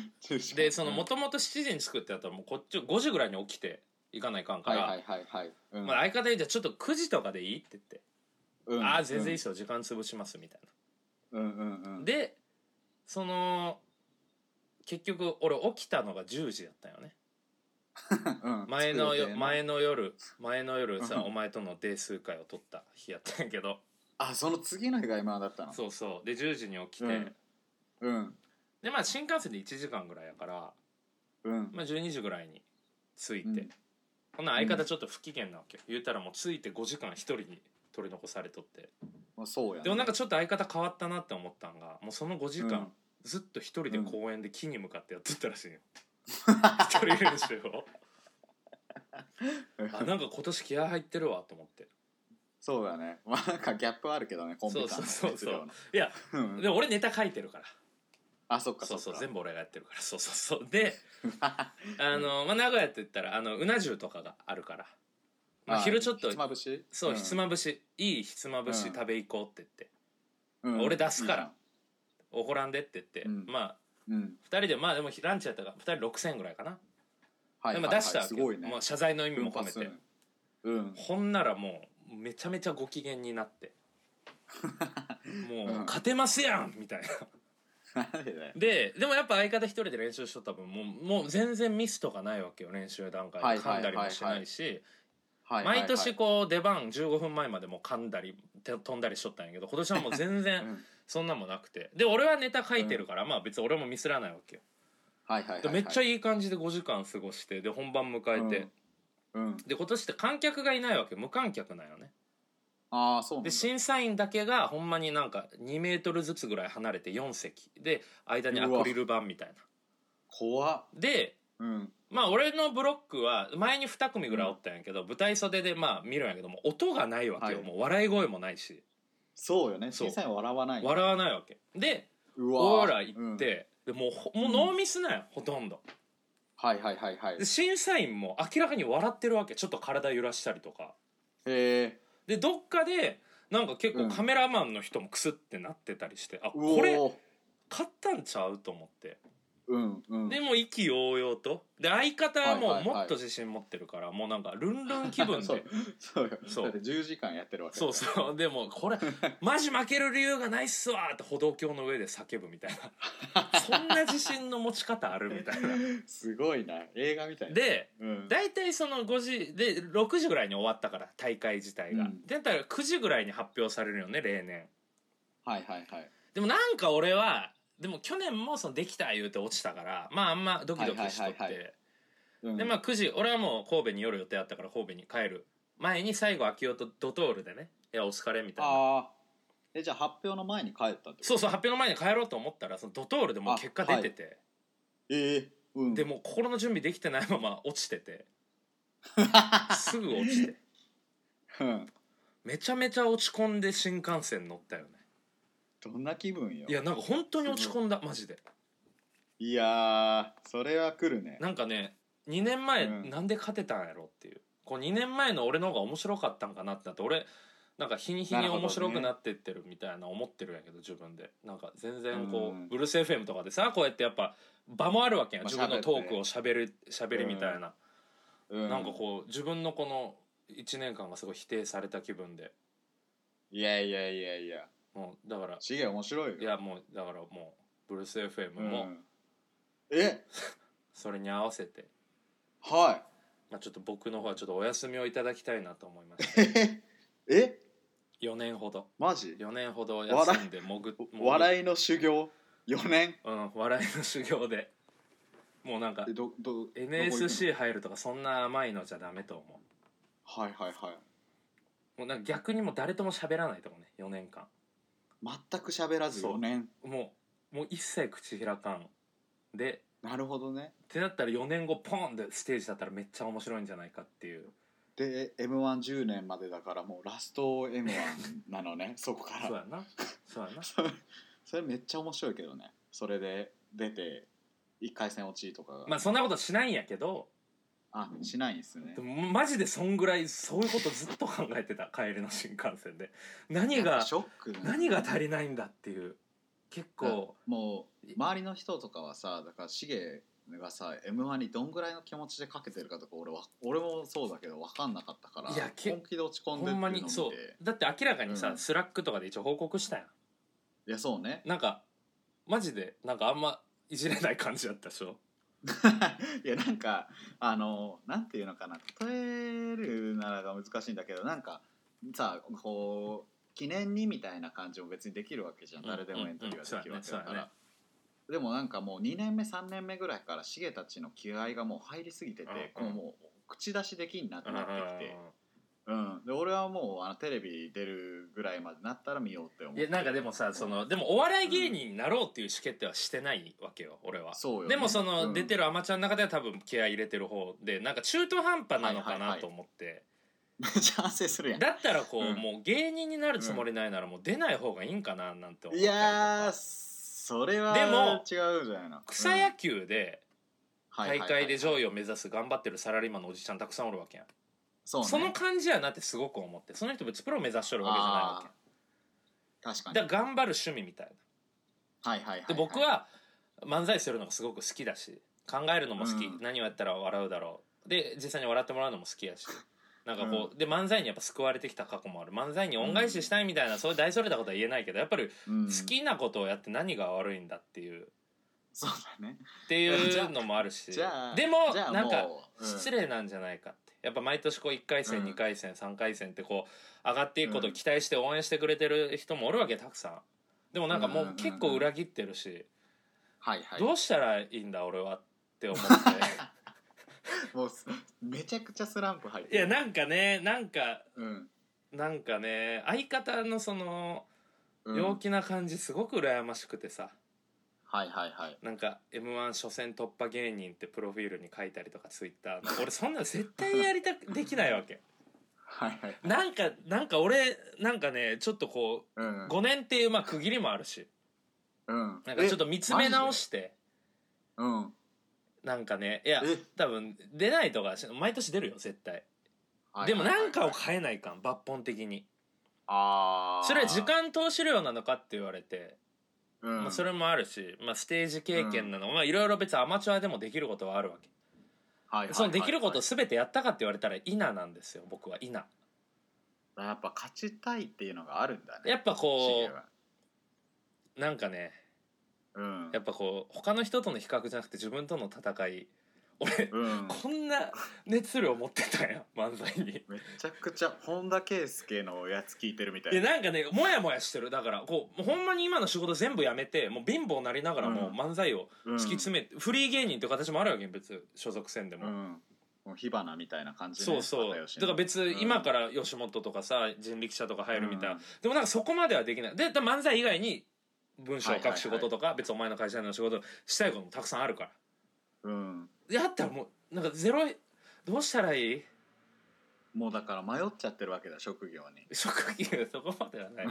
Speaker 2: でその
Speaker 1: も
Speaker 2: もともと7時に作ってやったらもうこっち5時ぐらいに起きて行かないかんか
Speaker 1: はい
Speaker 2: ら、
Speaker 1: はいはいはい、うん
Speaker 2: まあ、相方に「じゃあちょっと9時とかでいい?」って言って「
Speaker 1: うん
Speaker 2: ああ全然いいっすよ時間潰します」みたいな。
Speaker 1: うんうんうん
Speaker 2: でその結局俺起きたのが10時だったよね
Speaker 1: うん
Speaker 2: 前の
Speaker 1: 作る予
Speaker 2: よ
Speaker 1: 定の
Speaker 2: 前の夜前の夜さ
Speaker 1: うん
Speaker 2: お前とのデー数回を取った日やったんやけど
Speaker 1: あその次の日が今だったの
Speaker 2: そうそうで10時に起きて、
Speaker 1: うんうん
Speaker 2: でまあ新幹線で1時間ぐらいやから、
Speaker 1: うん
Speaker 2: まあ、12時ぐらいに着いて、
Speaker 1: うん
Speaker 2: ほんなら相方ちょっと不機嫌なわけよ言うたらもう着いて5時間一人に取り残されとって
Speaker 1: まあそうやね
Speaker 2: でもなんかちょっと相方変わったなって思ったんがもうその5時間、
Speaker 1: うん
Speaker 2: ずっと一人で公園で木に向かってやっとったらしいよ一人練習をあなんか今年気合入ってるわと思って
Speaker 1: そうだねまあなんかギャップあるけどねコンビ間の
Speaker 2: そうそうそうそう
Speaker 1: 熱量の
Speaker 2: いや
Speaker 1: うん
Speaker 2: でも俺ネタ書いてるから
Speaker 1: あそっか
Speaker 2: そ
Speaker 1: そうっ
Speaker 2: そ
Speaker 1: か
Speaker 2: う全部俺がやってるからそうそうそう で
Speaker 1: あ
Speaker 2: あの、まあ、名古屋って言ったらあのうな重とかがあるから、まあ、昼ちょっと
Speaker 1: ひつまぶし
Speaker 2: そう、
Speaker 1: ん
Speaker 2: ひつまぶしいいひつまぶし
Speaker 1: うん
Speaker 2: 食べ行こうって言って、
Speaker 1: うん
Speaker 2: 俺出すから怒らんでって言って、
Speaker 1: うん
Speaker 2: まあ
Speaker 1: うん
Speaker 2: 2人でまあでもランチやったから2人6000円ぐらいかな
Speaker 1: は
Speaker 2: で
Speaker 1: いはい
Speaker 2: まあ
Speaker 1: はい
Speaker 2: 出したわ
Speaker 1: す
Speaker 2: け、
Speaker 1: ごいね
Speaker 2: まあ、謝罪の意味
Speaker 1: 奮
Speaker 2: も込
Speaker 1: 発
Speaker 2: め
Speaker 1: す
Speaker 2: て
Speaker 1: るねうん
Speaker 2: ほんならもうめちゃめちゃご機嫌になってもう、
Speaker 1: うん
Speaker 2: 勝てますやんみたいな
Speaker 1: なんでだよ
Speaker 2: ででもやっぱ相方一人で練習しとった分もうもう全然ミスとかないわけよ練習段
Speaker 1: は
Speaker 2: 階
Speaker 1: い
Speaker 2: で
Speaker 1: は
Speaker 2: 噛
Speaker 1: い
Speaker 2: んだり
Speaker 1: はい
Speaker 2: もしないし
Speaker 1: はいはいはい
Speaker 2: 毎年こう出番15分前までもう噛んだりて飛んだりしとったんやけど今年はもう全
Speaker 1: う
Speaker 2: 然
Speaker 1: ん
Speaker 2: そんなんもなくてで俺はネタ書いてるから、まあ別に俺もミスらないわけよ
Speaker 1: はいはいはい
Speaker 2: で
Speaker 1: はい
Speaker 2: めっちゃいい感じで5時間過ごしてで本番迎えて、
Speaker 1: うんうん
Speaker 2: で今年って観客がいないわけ無観客なんよね
Speaker 1: ああそうなん
Speaker 2: で
Speaker 1: だ
Speaker 2: 審査員だけがほんまになんか2メートルずつぐらい離れて4席で間にアクリル板みたいな
Speaker 1: 怖っ
Speaker 2: で
Speaker 1: うん
Speaker 2: まあ俺のブロックは前に2組ぐらいおったんやけど、舞台袖でまあ見るんやけどもう音がないわけよ、
Speaker 1: はい
Speaker 2: もう笑い声もないし
Speaker 1: そうよね
Speaker 2: そう
Speaker 1: 審査員は笑わない
Speaker 2: 笑わないわけで
Speaker 1: うわ
Speaker 2: オーラ行っ
Speaker 1: うん
Speaker 2: て、でもうほもうノーミスなんや、ほとんど
Speaker 1: はいはいはいはい
Speaker 2: で審査員も明らかに笑ってるわけちょっと体揺らしたりとか
Speaker 1: へえ
Speaker 2: でどっかでなんか結
Speaker 1: うん
Speaker 2: 構カメラマンの人もクスってなってたりして、あ
Speaker 1: うおー
Speaker 2: これ勝ったんちゃうと思って
Speaker 1: うんうん
Speaker 2: でもう意気揚々とで相方はも
Speaker 1: は
Speaker 2: う
Speaker 1: いはいはい
Speaker 2: もっと自信持ってるから、もうなんかルンルン気分
Speaker 1: そう
Speaker 2: で
Speaker 1: そうよ
Speaker 2: そう
Speaker 1: だって10時間やってるわけ
Speaker 2: そうそうでも これマジ負ける理由がないっすわーって歩道橋の上で叫ぶみたいなそんな自信の持ち方あるみたいな
Speaker 1: すごいな映画みたいな
Speaker 2: で
Speaker 1: うん
Speaker 2: 大体その5時で6時ぐらいに終わったから大会自体が、
Speaker 1: うん
Speaker 2: でだったら9時ぐらいに発表されるよね例年
Speaker 1: はいはいはい
Speaker 2: でもなんか俺はでも去年もそのできた言うて落ちたからまああんまドキドキしとって、
Speaker 1: はいはいはいうん
Speaker 2: でまあ9時俺はもう神戸に夜予定あったから神戸に帰る前に最後明夫とドトールでね「いやお疲れ」みたいな
Speaker 1: ああえじゃあ発表の前に帰ったってこと
Speaker 2: そうそう発表の前に帰ろうと思ったらそのドトールでもう結果出てて、
Speaker 1: ええうん
Speaker 2: でもう心の準備できてないま ま落ちて てすぐ落ちて
Speaker 1: うん
Speaker 2: めちゃめちゃ落ち込んで新幹線乗ったよね
Speaker 1: どんな気分よ
Speaker 2: いやなんか本当に落ち込んだマジで
Speaker 1: いやーそれは来るね
Speaker 2: なんかね2年前、
Speaker 1: うん
Speaker 2: なんで勝てたんやろっていうこう2年前の俺の方が面白かったんかなってなって俺なんか日に日
Speaker 1: な
Speaker 2: に
Speaker 1: るほどね
Speaker 2: 面白くなってってるみたいな思ってるんやけど自分でなんか全然こう、
Speaker 1: うん
Speaker 2: ブルース FM とかでさこうやってやっぱ場もあるわけやん、
Speaker 1: まあ
Speaker 2: 自分のトーク
Speaker 1: 喋
Speaker 2: をしゃべるしゃべりみたいな、
Speaker 1: うん
Speaker 2: なんかこう自分のこの1年間がすごい否定された気分で
Speaker 1: いやいやいやいや
Speaker 2: もうだから
Speaker 1: しげ面白いよ
Speaker 2: いやもうだからもうブルース FM も
Speaker 1: うんえ
Speaker 2: それに合わせて、
Speaker 1: は
Speaker 2: まあ、ちょっと僕の方はちょっとお休みをいただきたいなと思いまし
Speaker 1: い
Speaker 2: て
Speaker 1: え
Speaker 2: 4年ほど。
Speaker 1: マジ
Speaker 2: 4年ほど休んでもぐい、
Speaker 1: 笑いの修行4年
Speaker 2: うん、笑いの修行でもうなんか
Speaker 1: えどど
Speaker 2: NSC 入るとかそんな甘いのじゃダメと思う
Speaker 1: はいはいはい
Speaker 2: もうなんか逆にもう誰とも喋らないともね4年間
Speaker 1: 全く喋らず
Speaker 2: そう
Speaker 1: 4年
Speaker 2: もうもう一切口開かんで
Speaker 1: なるほどね
Speaker 2: ってなったら4年後ポンでステージだったらめっちゃ面白いんじゃないかっていう
Speaker 1: で m 1 1 0年までだからもうラスト m 1なのね そこか
Speaker 2: そう
Speaker 1: ら
Speaker 2: やなそうやな
Speaker 1: それそれめっちゃ面白いけどねそれで出て1回戦落ちとかが、
Speaker 2: まあそんなことしないんやけど
Speaker 1: あしないんですね
Speaker 2: でもマジでそんぐらいそういうことずっと考えてた帰りの新幹線で何
Speaker 1: やっぱ
Speaker 2: が
Speaker 1: ショックだね
Speaker 2: 何が足りないんだっていう結構
Speaker 1: もう周りの人とかはさだからシゲがさ m 1にどんぐらいの気持ちでかけてるかとか俺は俺もそうだけど分かんなかったから
Speaker 2: いやけ
Speaker 1: 本気で落ち込ん
Speaker 2: ほ
Speaker 1: でってい
Speaker 2: ん
Speaker 1: う
Speaker 2: ま
Speaker 1: のを見
Speaker 2: に
Speaker 1: て
Speaker 2: そうだって明らかにさ、
Speaker 1: うん
Speaker 2: スラックとかで一応報告したや
Speaker 1: いやそうね
Speaker 2: んなんかマジでなんかあんまいじれない感じだったでしょ
Speaker 1: いやなんかあのなんていうのかな例えるならが難しいんだけどなんかさこう記念にみたいな感じも別にできるわけじゃん、誰でもエントリーができるわけだ
Speaker 2: うんうんうんそう
Speaker 1: から、
Speaker 2: やね
Speaker 1: でもなんかもう2年目3年目ぐらいからシゲたちの気合がもう入りすぎてて、
Speaker 2: うんうん
Speaker 1: こうもう口出しできんなってなってきて。
Speaker 2: う
Speaker 1: うん、で俺はもうあのテレビ出るぐらいまでなったら見ようって思
Speaker 2: ん
Speaker 1: う
Speaker 2: いやなんかでもさそのでもお笑い芸人になろうっていう試決定はしてないわけよ俺は
Speaker 1: そうよね
Speaker 2: でもその、
Speaker 1: うん
Speaker 2: 出 てるアマチュアの中では多分気合い入れてる方でなんか中途半端なの
Speaker 1: は
Speaker 2: か
Speaker 1: いはいは
Speaker 2: ないと思って、
Speaker 1: めっちゃ反省するやん
Speaker 2: だったらこう、
Speaker 1: うん
Speaker 2: もう芸人になるつもりないならもう出ない方がいいんかななんて思っ
Speaker 1: い
Speaker 2: たりとか
Speaker 1: やーそれは
Speaker 2: でも
Speaker 1: 違うじゃないの
Speaker 2: 草野球で大会で上
Speaker 1: 位
Speaker 2: 位を目指す頑張ってるサラリーマンのおじちゃんたくさんおるわけやん
Speaker 1: そう、ね、
Speaker 2: その感じやなってすごく思ってその人別にプロ目指しとるわけじゃないわけ
Speaker 1: 確かに
Speaker 2: だから頑張る趣味みたいな
Speaker 1: はいはいはい、はい、
Speaker 2: で僕は漫才するのがすごく好きだし考えるのも好き、
Speaker 1: うん
Speaker 2: 何をやったら笑うだろうで実際に笑ってもらうのも好きやしなんかこう、で漫才にやっぱ救われてきた過去もある漫才に恩返ししたいみたいな、そういう大それたことは言えないけどやっぱり
Speaker 1: うん、
Speaker 2: 好きなことをやって何が悪いんだっていう
Speaker 1: そうだね
Speaker 2: っていうのもあるし
Speaker 1: じゃあ
Speaker 2: でも
Speaker 1: じゃあ
Speaker 2: なんか
Speaker 1: もううん
Speaker 2: 失礼なんじゃないかってやっぱ毎年こう1回戦
Speaker 1: うん
Speaker 2: 2回戦3回戦ってこう上がっていくことを期待して応援してくれてる人もおるわけたくさんでもなんかも
Speaker 1: うんうん
Speaker 2: う
Speaker 1: うん
Speaker 2: 結構裏切ってるし
Speaker 1: はいはい
Speaker 2: どうしたらいいんだ俺はって思っ
Speaker 1: もうすめちゃくちゃスランプ入って
Speaker 2: て いや
Speaker 1: な
Speaker 2: なんかねなんか
Speaker 1: うん
Speaker 2: なんかね相方のその
Speaker 1: うん
Speaker 2: 陽気な感じすごく羨ましくてさ
Speaker 1: はいはいはい
Speaker 2: なんか m 1初戦突破芸人ってプロフィールに書いたりとかツイッター俺そんなの絶対やりたくできないわ け
Speaker 1: はいはい
Speaker 2: なんかなんか俺なんかねちょっとこ
Speaker 1: うん
Speaker 2: う5年っていうまあ区切りもあるし
Speaker 1: うん
Speaker 2: なんかちょっと見つめ直して
Speaker 1: えマ
Speaker 2: なんかねいや
Speaker 1: ジでうんえ
Speaker 2: 多分出ないとかし毎年出るよ絶対
Speaker 1: はい
Speaker 2: でも
Speaker 1: はいはい
Speaker 2: なんかを変えないかん抜本的に
Speaker 1: あー
Speaker 2: それは時間投資料なのかって言われて
Speaker 1: うん
Speaker 2: まあそれもあるし、まあ、ステージ経験なの、まあいろいろ別にアマチュアでもできることはあるわけ
Speaker 1: はいはいはい
Speaker 2: そのできること全てやったかって言われたら否なんですよ僕は否
Speaker 1: やっぱ勝ちたいっていうのがあるんだね
Speaker 2: やっぱ
Speaker 1: シ
Speaker 2: こ
Speaker 1: ゲは
Speaker 2: うなんかね
Speaker 1: うん
Speaker 2: やっぱこう他の人との比較じゃなくて自分との戦い俺
Speaker 1: うん
Speaker 2: こんな熱量持ってたんや 漫才に
Speaker 1: めちゃくちゃ本田圭佑のやつ聞いてるみたい
Speaker 2: いや
Speaker 1: な
Speaker 2: なんかねモヤモヤしてるだからこうもうほんまに今の仕事全部やめてもう貧乏になりながらもう漫才を
Speaker 1: 突
Speaker 2: 突き詰めて、フリー芸人っていう形もあるわけよ別に所属せんでも、
Speaker 1: うんもう火花みたいな感じね
Speaker 2: そうそう
Speaker 1: 又吉
Speaker 2: だか
Speaker 1: の
Speaker 2: ら別
Speaker 1: うん
Speaker 2: に今から吉本とかさ人力車とか入るみたいな、
Speaker 1: うん
Speaker 2: でもなんかそこまではできないでだから漫才以外に文章を
Speaker 1: はい
Speaker 2: 書
Speaker 1: はいは
Speaker 2: く
Speaker 1: い
Speaker 2: 仕事とか、別にお前の会社の仕事したいこともたくさんあるから
Speaker 1: うん
Speaker 2: やったらもうなんかゼロどうしたらいい
Speaker 1: もうだから迷っちゃってるわけだ職業に
Speaker 2: 職業そこまでは ない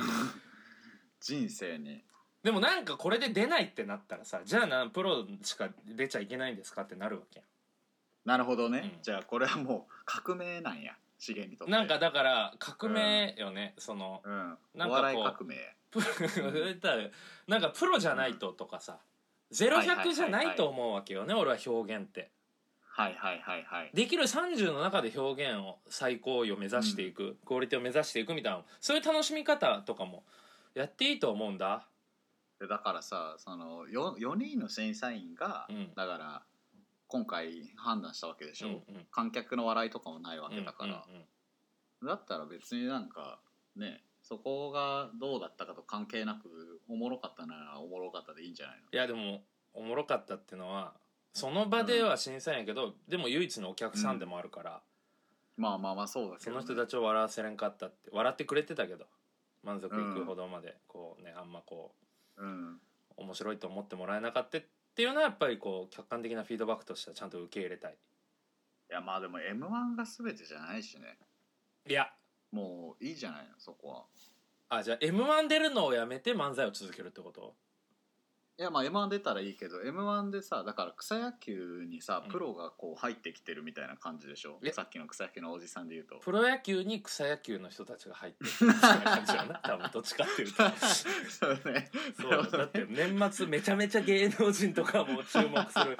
Speaker 1: 人生に
Speaker 2: でもなんかこれで出ないってなったらさじゃあなプロしか出ちゃいけないんですかってなるわけやん
Speaker 1: なるほどね、
Speaker 2: うん
Speaker 1: じゃあこれはもう革命なんや資源にとって
Speaker 2: なんかだから革命よね、その
Speaker 1: うん
Speaker 2: なんかこう
Speaker 1: お笑い革命
Speaker 2: プロそれだ なんかプロじゃないととかさ、ゼロ
Speaker 1: はいはいはい
Speaker 2: 100
Speaker 1: はい
Speaker 2: じゃないと思うわけよね、俺は表現って
Speaker 1: はいはいはいはい
Speaker 2: できる30の中で表現を最高位を目指していく、クオリティを目指していくみたいなそういう楽しみ方とかもやっていいと思うんだ
Speaker 1: でだからさその 4, 4人の審査員が、
Speaker 2: うん
Speaker 1: だから今回判断したわけでしょ、
Speaker 2: うんうん
Speaker 1: 観客の笑いとかもないわけだから、
Speaker 2: うんうんうん
Speaker 1: だったら別になんかねそこがどうだったかと関係なくおもろかったならおもろかったでいいんじゃないの
Speaker 2: いやでもおもろかったってのはその場では審査員やけど、でも唯一のお客さんでもあるから、
Speaker 1: まあまあまあそうだけ
Speaker 2: そ
Speaker 1: ど、
Speaker 2: の
Speaker 1: ね、
Speaker 2: 人たちを笑わせれんかったって笑ってくれてたけど満足いくほどまでこうねあんまこ
Speaker 1: うん
Speaker 2: う面白いと思ってもらえなかったっていうのはやっぱりこう客観的なフィードバックとしてはちゃんと受け入れたい
Speaker 1: いやまあでも m 1が全てじゃないしね
Speaker 2: いや
Speaker 1: もういいじゃないのそこは
Speaker 2: あじゃあ m 1出るのをやめて漫才を続けるってこと
Speaker 1: いやまあ m 1出たらいいけど m 1でさだから草野球にさ
Speaker 2: うん
Speaker 1: プロがこう入ってきてるみたいな感じでしょ、
Speaker 2: え
Speaker 1: さっきの草野球のおじさんで言うと
Speaker 2: プロ野球に草野球の人たちが入ってるみたいな感じだ な多分どっちかっていうと
Speaker 1: そうね
Speaker 2: そうだって年末めちゃめちゃ芸能人とかも注目す る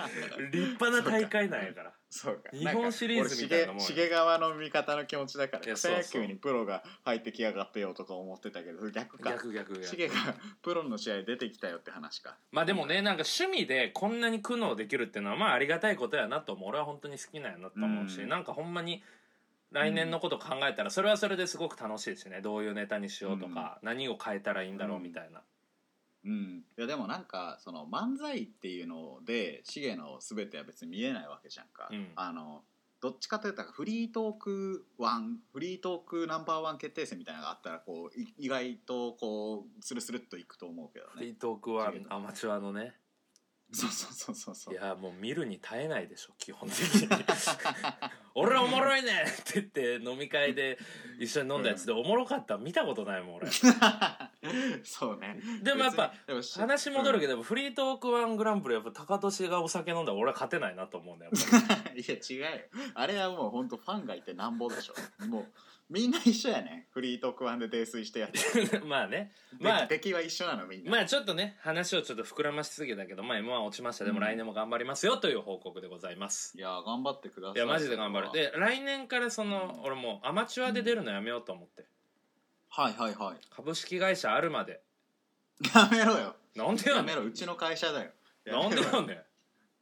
Speaker 2: 立派な大会なんやから
Speaker 1: そうか
Speaker 2: 日本シリーズみたいなもん
Speaker 1: も
Speaker 2: や
Speaker 1: ん茂川の味方の気持ちだか
Speaker 2: い
Speaker 1: ら
Speaker 2: や
Speaker 1: 草
Speaker 2: そうそう
Speaker 1: 野球にプロが入ってきやがってよとか思ってたけど逆か
Speaker 2: 逆逆逆
Speaker 1: 茂がプロの試合出てきたよって話か
Speaker 2: まあでもねなんか趣味でこんなに苦悩できるっていうのはまあありがたいことやなと思う俺は本当に好きなんやなと思うし、
Speaker 1: うん
Speaker 2: なんかほんまに来年のこと考えたらそれはそれですごく楽しいしねどういうネタにしようとか、何を変えたらいいんだろうみたいな、
Speaker 1: うんいやでもなんかその漫才っていうので茂の全ては別に見えないわけじゃんか、
Speaker 2: うん
Speaker 1: あのどっちかというとフリートークワンフリートークナンバーワン決定戦みたいなのがあったらこうい意外とこうスルスルっといくと思うけど
Speaker 2: フリ
Speaker 1: ね
Speaker 2: ートークは
Speaker 1: 次の
Speaker 2: アマチュアのね
Speaker 1: そうそうそうそうそ
Speaker 2: いうやもう見るに耐えないでしょ基本的 に俺おもろいね って言って飲み会で一緒に飲んだやつでおもろかったの見たことないもん俺
Speaker 1: い そうね
Speaker 2: でもやっぱ
Speaker 1: 別にでもし
Speaker 2: 話戻るけど、フリートークワングランプリやっぱ高俊がお酒飲んだら俺は勝てないなと思うんだよやっぱり
Speaker 1: いや違うよあれはもうほんとファンがいてなんぼでしょもうみんな一緒やねフリートークワンで泥酔してやって
Speaker 2: まあねま
Speaker 1: ま
Speaker 2: あ
Speaker 1: あ敵は一緒なのみんな、
Speaker 2: まあちょっとね話をちょっと膨らましすぎたけどまあ m 1落ちましたでも来年も頑張りますよという報告でございます
Speaker 1: いや頑張ってください
Speaker 2: いやマジで頑張るで来年からその
Speaker 1: うん
Speaker 2: 俺もうアマチュアで出るのやめようと思って
Speaker 1: はいはいはい
Speaker 2: 株式会社あるまで
Speaker 1: やめろよ
Speaker 2: なんで
Speaker 1: や
Speaker 2: や
Speaker 1: め
Speaker 2: ね
Speaker 1: ろうちの会社だよ
Speaker 2: んなんで
Speaker 1: やめろ
Speaker 2: や
Speaker 1: よ
Speaker 2: ね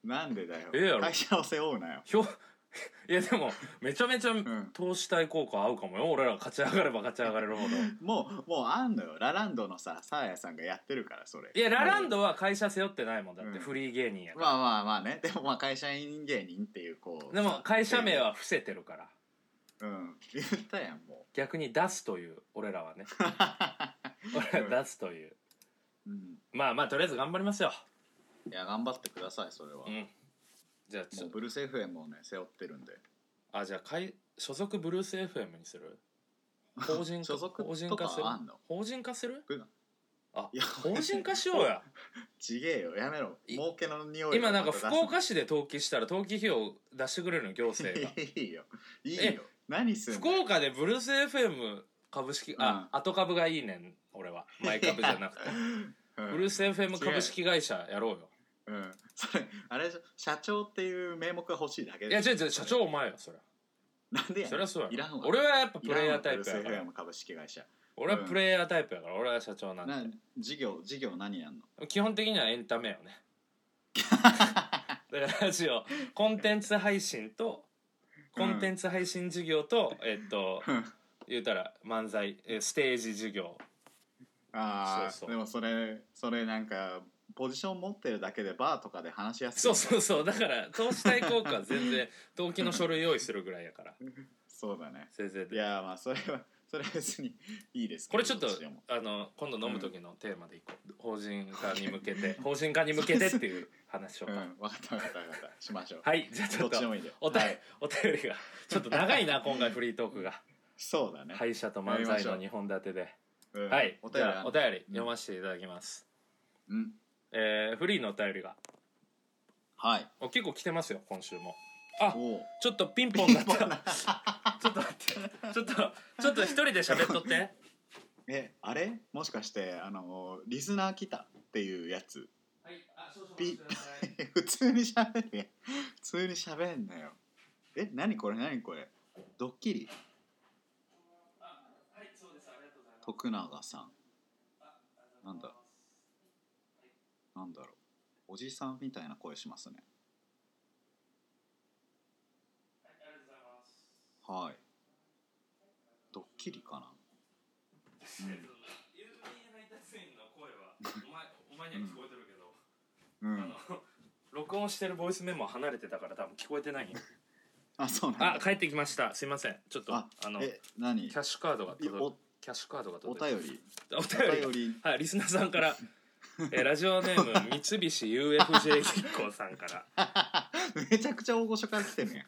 Speaker 2: ん
Speaker 1: なんでだよ
Speaker 2: ええやろ
Speaker 1: 会社を背負うなよ
Speaker 2: ひょ いやでもめちゃめちゃ
Speaker 1: ん
Speaker 2: 投資対効果合うかもよ俺ら勝ち上がれば勝ち上がれるほど
Speaker 1: もうもうあんのよラランドのさサーヤさんがやってるからそれ
Speaker 2: いやラランドは会社背負ってないもんだっ
Speaker 1: う
Speaker 2: て
Speaker 1: ん
Speaker 2: フリー芸人やから、
Speaker 1: まあまあまあねでもまあ会社員芸人っていうこう
Speaker 2: でも会社名は伏せてるから
Speaker 1: うん言ったやん も
Speaker 2: 逆に出すという俺らはね俺ら出すという
Speaker 1: う、うん、
Speaker 2: まあまあとりあえず頑張りますよ
Speaker 1: いや頑張ってくださいそれは、
Speaker 2: うんじゃあちょ
Speaker 1: もうブルース FM をね背負ってるんで
Speaker 2: あじゃあ会所属ブルース FM にする法人化
Speaker 1: 所属
Speaker 2: 法人
Speaker 1: と
Speaker 2: 化
Speaker 1: か
Speaker 2: する
Speaker 1: あんの
Speaker 2: 法人化する
Speaker 1: うん
Speaker 2: あ
Speaker 1: いや
Speaker 2: 法人化しようや
Speaker 1: ちげえよやめろ
Speaker 2: い
Speaker 1: 儲けの匂い
Speaker 2: 今なんか福岡
Speaker 1: 市
Speaker 2: 市で登記したら登記費用出してくれるの行政 が
Speaker 1: いいよいい
Speaker 2: え
Speaker 1: よ何すんの
Speaker 2: 福岡でブルース FM 株式あ、後株がいいねん俺は前株じゃなくて
Speaker 1: うん
Speaker 2: ブルース FM 株式会社やろうよ
Speaker 1: うんそれあれでしょ社長っていう名目が欲しいだけ
Speaker 2: い
Speaker 1: で
Speaker 2: や
Speaker 1: しょ
Speaker 2: 違う違う社長お前よそれ
Speaker 1: なんでやねん
Speaker 2: そりゃそうやろ
Speaker 1: いらんわ
Speaker 2: 俺はやっぱ
Speaker 1: い
Speaker 2: プ
Speaker 1: らんわ
Speaker 2: レイヤータイプやか
Speaker 1: ブル
Speaker 2: ら
Speaker 1: ース FM 株式会社
Speaker 2: 俺はプレイヤータイプやから俺は社長なんで
Speaker 1: な事業事業何やんの
Speaker 2: 基本的にはエンタメよ ねだからラジオコンテンツ配信とコンテンツ配信事業と、えっと
Speaker 1: うん
Speaker 2: 言うたら漫才えステージ事業
Speaker 1: ああ
Speaker 2: そうそう
Speaker 1: でもそれそれなんかポジション持ってるだけでバーとかで話しやすい
Speaker 2: そうそうそうだから投資対効果は全然登記の書類用意するぐらいやから
Speaker 1: そうだね
Speaker 2: 先生
Speaker 1: い
Speaker 2: で
Speaker 1: やまあそれはそれは別にいいですけ
Speaker 2: こ
Speaker 1: ど
Speaker 2: れちょっと
Speaker 1: どちでも
Speaker 2: あの今度飲む時のテーマでいこう、法人化に向けて法人化に向けてっていう話を、
Speaker 1: うん分かった分かった分かったしましょう
Speaker 2: はいじゃあちょっ
Speaker 1: どっちでも
Speaker 2: と
Speaker 1: いいんだよ
Speaker 2: お便
Speaker 1: はい
Speaker 2: お便りがちょっと長いな今回フリートークが
Speaker 1: そうだね
Speaker 2: 敗者と漫才の2本立てで。
Speaker 1: うん
Speaker 2: はい、
Speaker 1: お
Speaker 2: じ
Speaker 1: 便り
Speaker 2: ゃあ
Speaker 1: あ
Speaker 2: お
Speaker 1: んの
Speaker 2: 便り読ませていただきます、
Speaker 1: うん
Speaker 2: えーフリーのお便りが
Speaker 1: はい
Speaker 2: お結構来てますよ今週もあ
Speaker 1: おう
Speaker 2: ちょっとピンポンだったちょっと待 ってちょっとちょっと一人で喋っと って
Speaker 1: えあれもしかしてあのリスナー来たっていうやつピ 普通に喋るやん普通に喋んなよえ何これ何これドッキリ徳永さんなんだなんだろうおじさんみたいな声しますねはいドッキリかな
Speaker 2: 郵便配達員の声はお前お前には聞こえてるけど、
Speaker 1: うん
Speaker 2: あの録音してるボイスメモ離れてたから多分聞こえてないよ
Speaker 1: あそうなん
Speaker 2: あ
Speaker 1: だ
Speaker 2: 帰ってきましたすいませんちょっとあ
Speaker 1: あ
Speaker 2: のキ
Speaker 1: え何
Speaker 2: ャッシュカードが届
Speaker 1: お
Speaker 2: くキャッシュカードが
Speaker 1: お
Speaker 2: 届い
Speaker 1: 便り
Speaker 2: たお
Speaker 1: お
Speaker 2: 便りが
Speaker 1: 便り
Speaker 2: はい、リスナーさんから、えーラジオネーム三菱 UFJ 銀行さんからじゃあ
Speaker 1: めちゃくちゃ大御所から来てるやん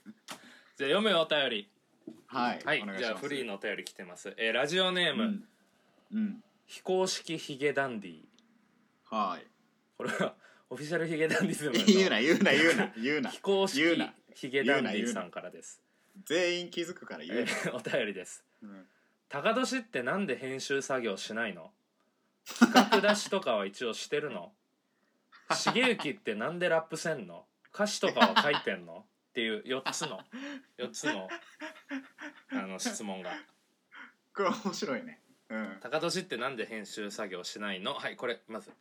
Speaker 2: 読むよお便り
Speaker 1: はい
Speaker 2: はい
Speaker 1: お願いし
Speaker 2: じゃあ
Speaker 1: ます
Speaker 2: フリーのお便り来てます、えーラジオネー
Speaker 1: う
Speaker 2: ム、
Speaker 1: ん、うん、
Speaker 2: 非公式ヒゲダンディ
Speaker 1: は
Speaker 2: これはオフィシャルヒゲダンディズムの
Speaker 1: い言うな 言うな言うな言うな
Speaker 2: 非公式
Speaker 1: 言うな
Speaker 2: ヒゲダンディさんからです、
Speaker 1: 全員気づくから言う
Speaker 2: え
Speaker 1: な、
Speaker 2: ーお 便りです
Speaker 1: うん
Speaker 2: 高年ってなんで編集作業しないの企画出しとかは一応してるの重幸ってなんでラップせんの歌詞とかは書いてんのっていう4つの4つのあの質問が
Speaker 1: これ面白いねうん
Speaker 2: 高年ってなんで編集作業しないのはいこれまず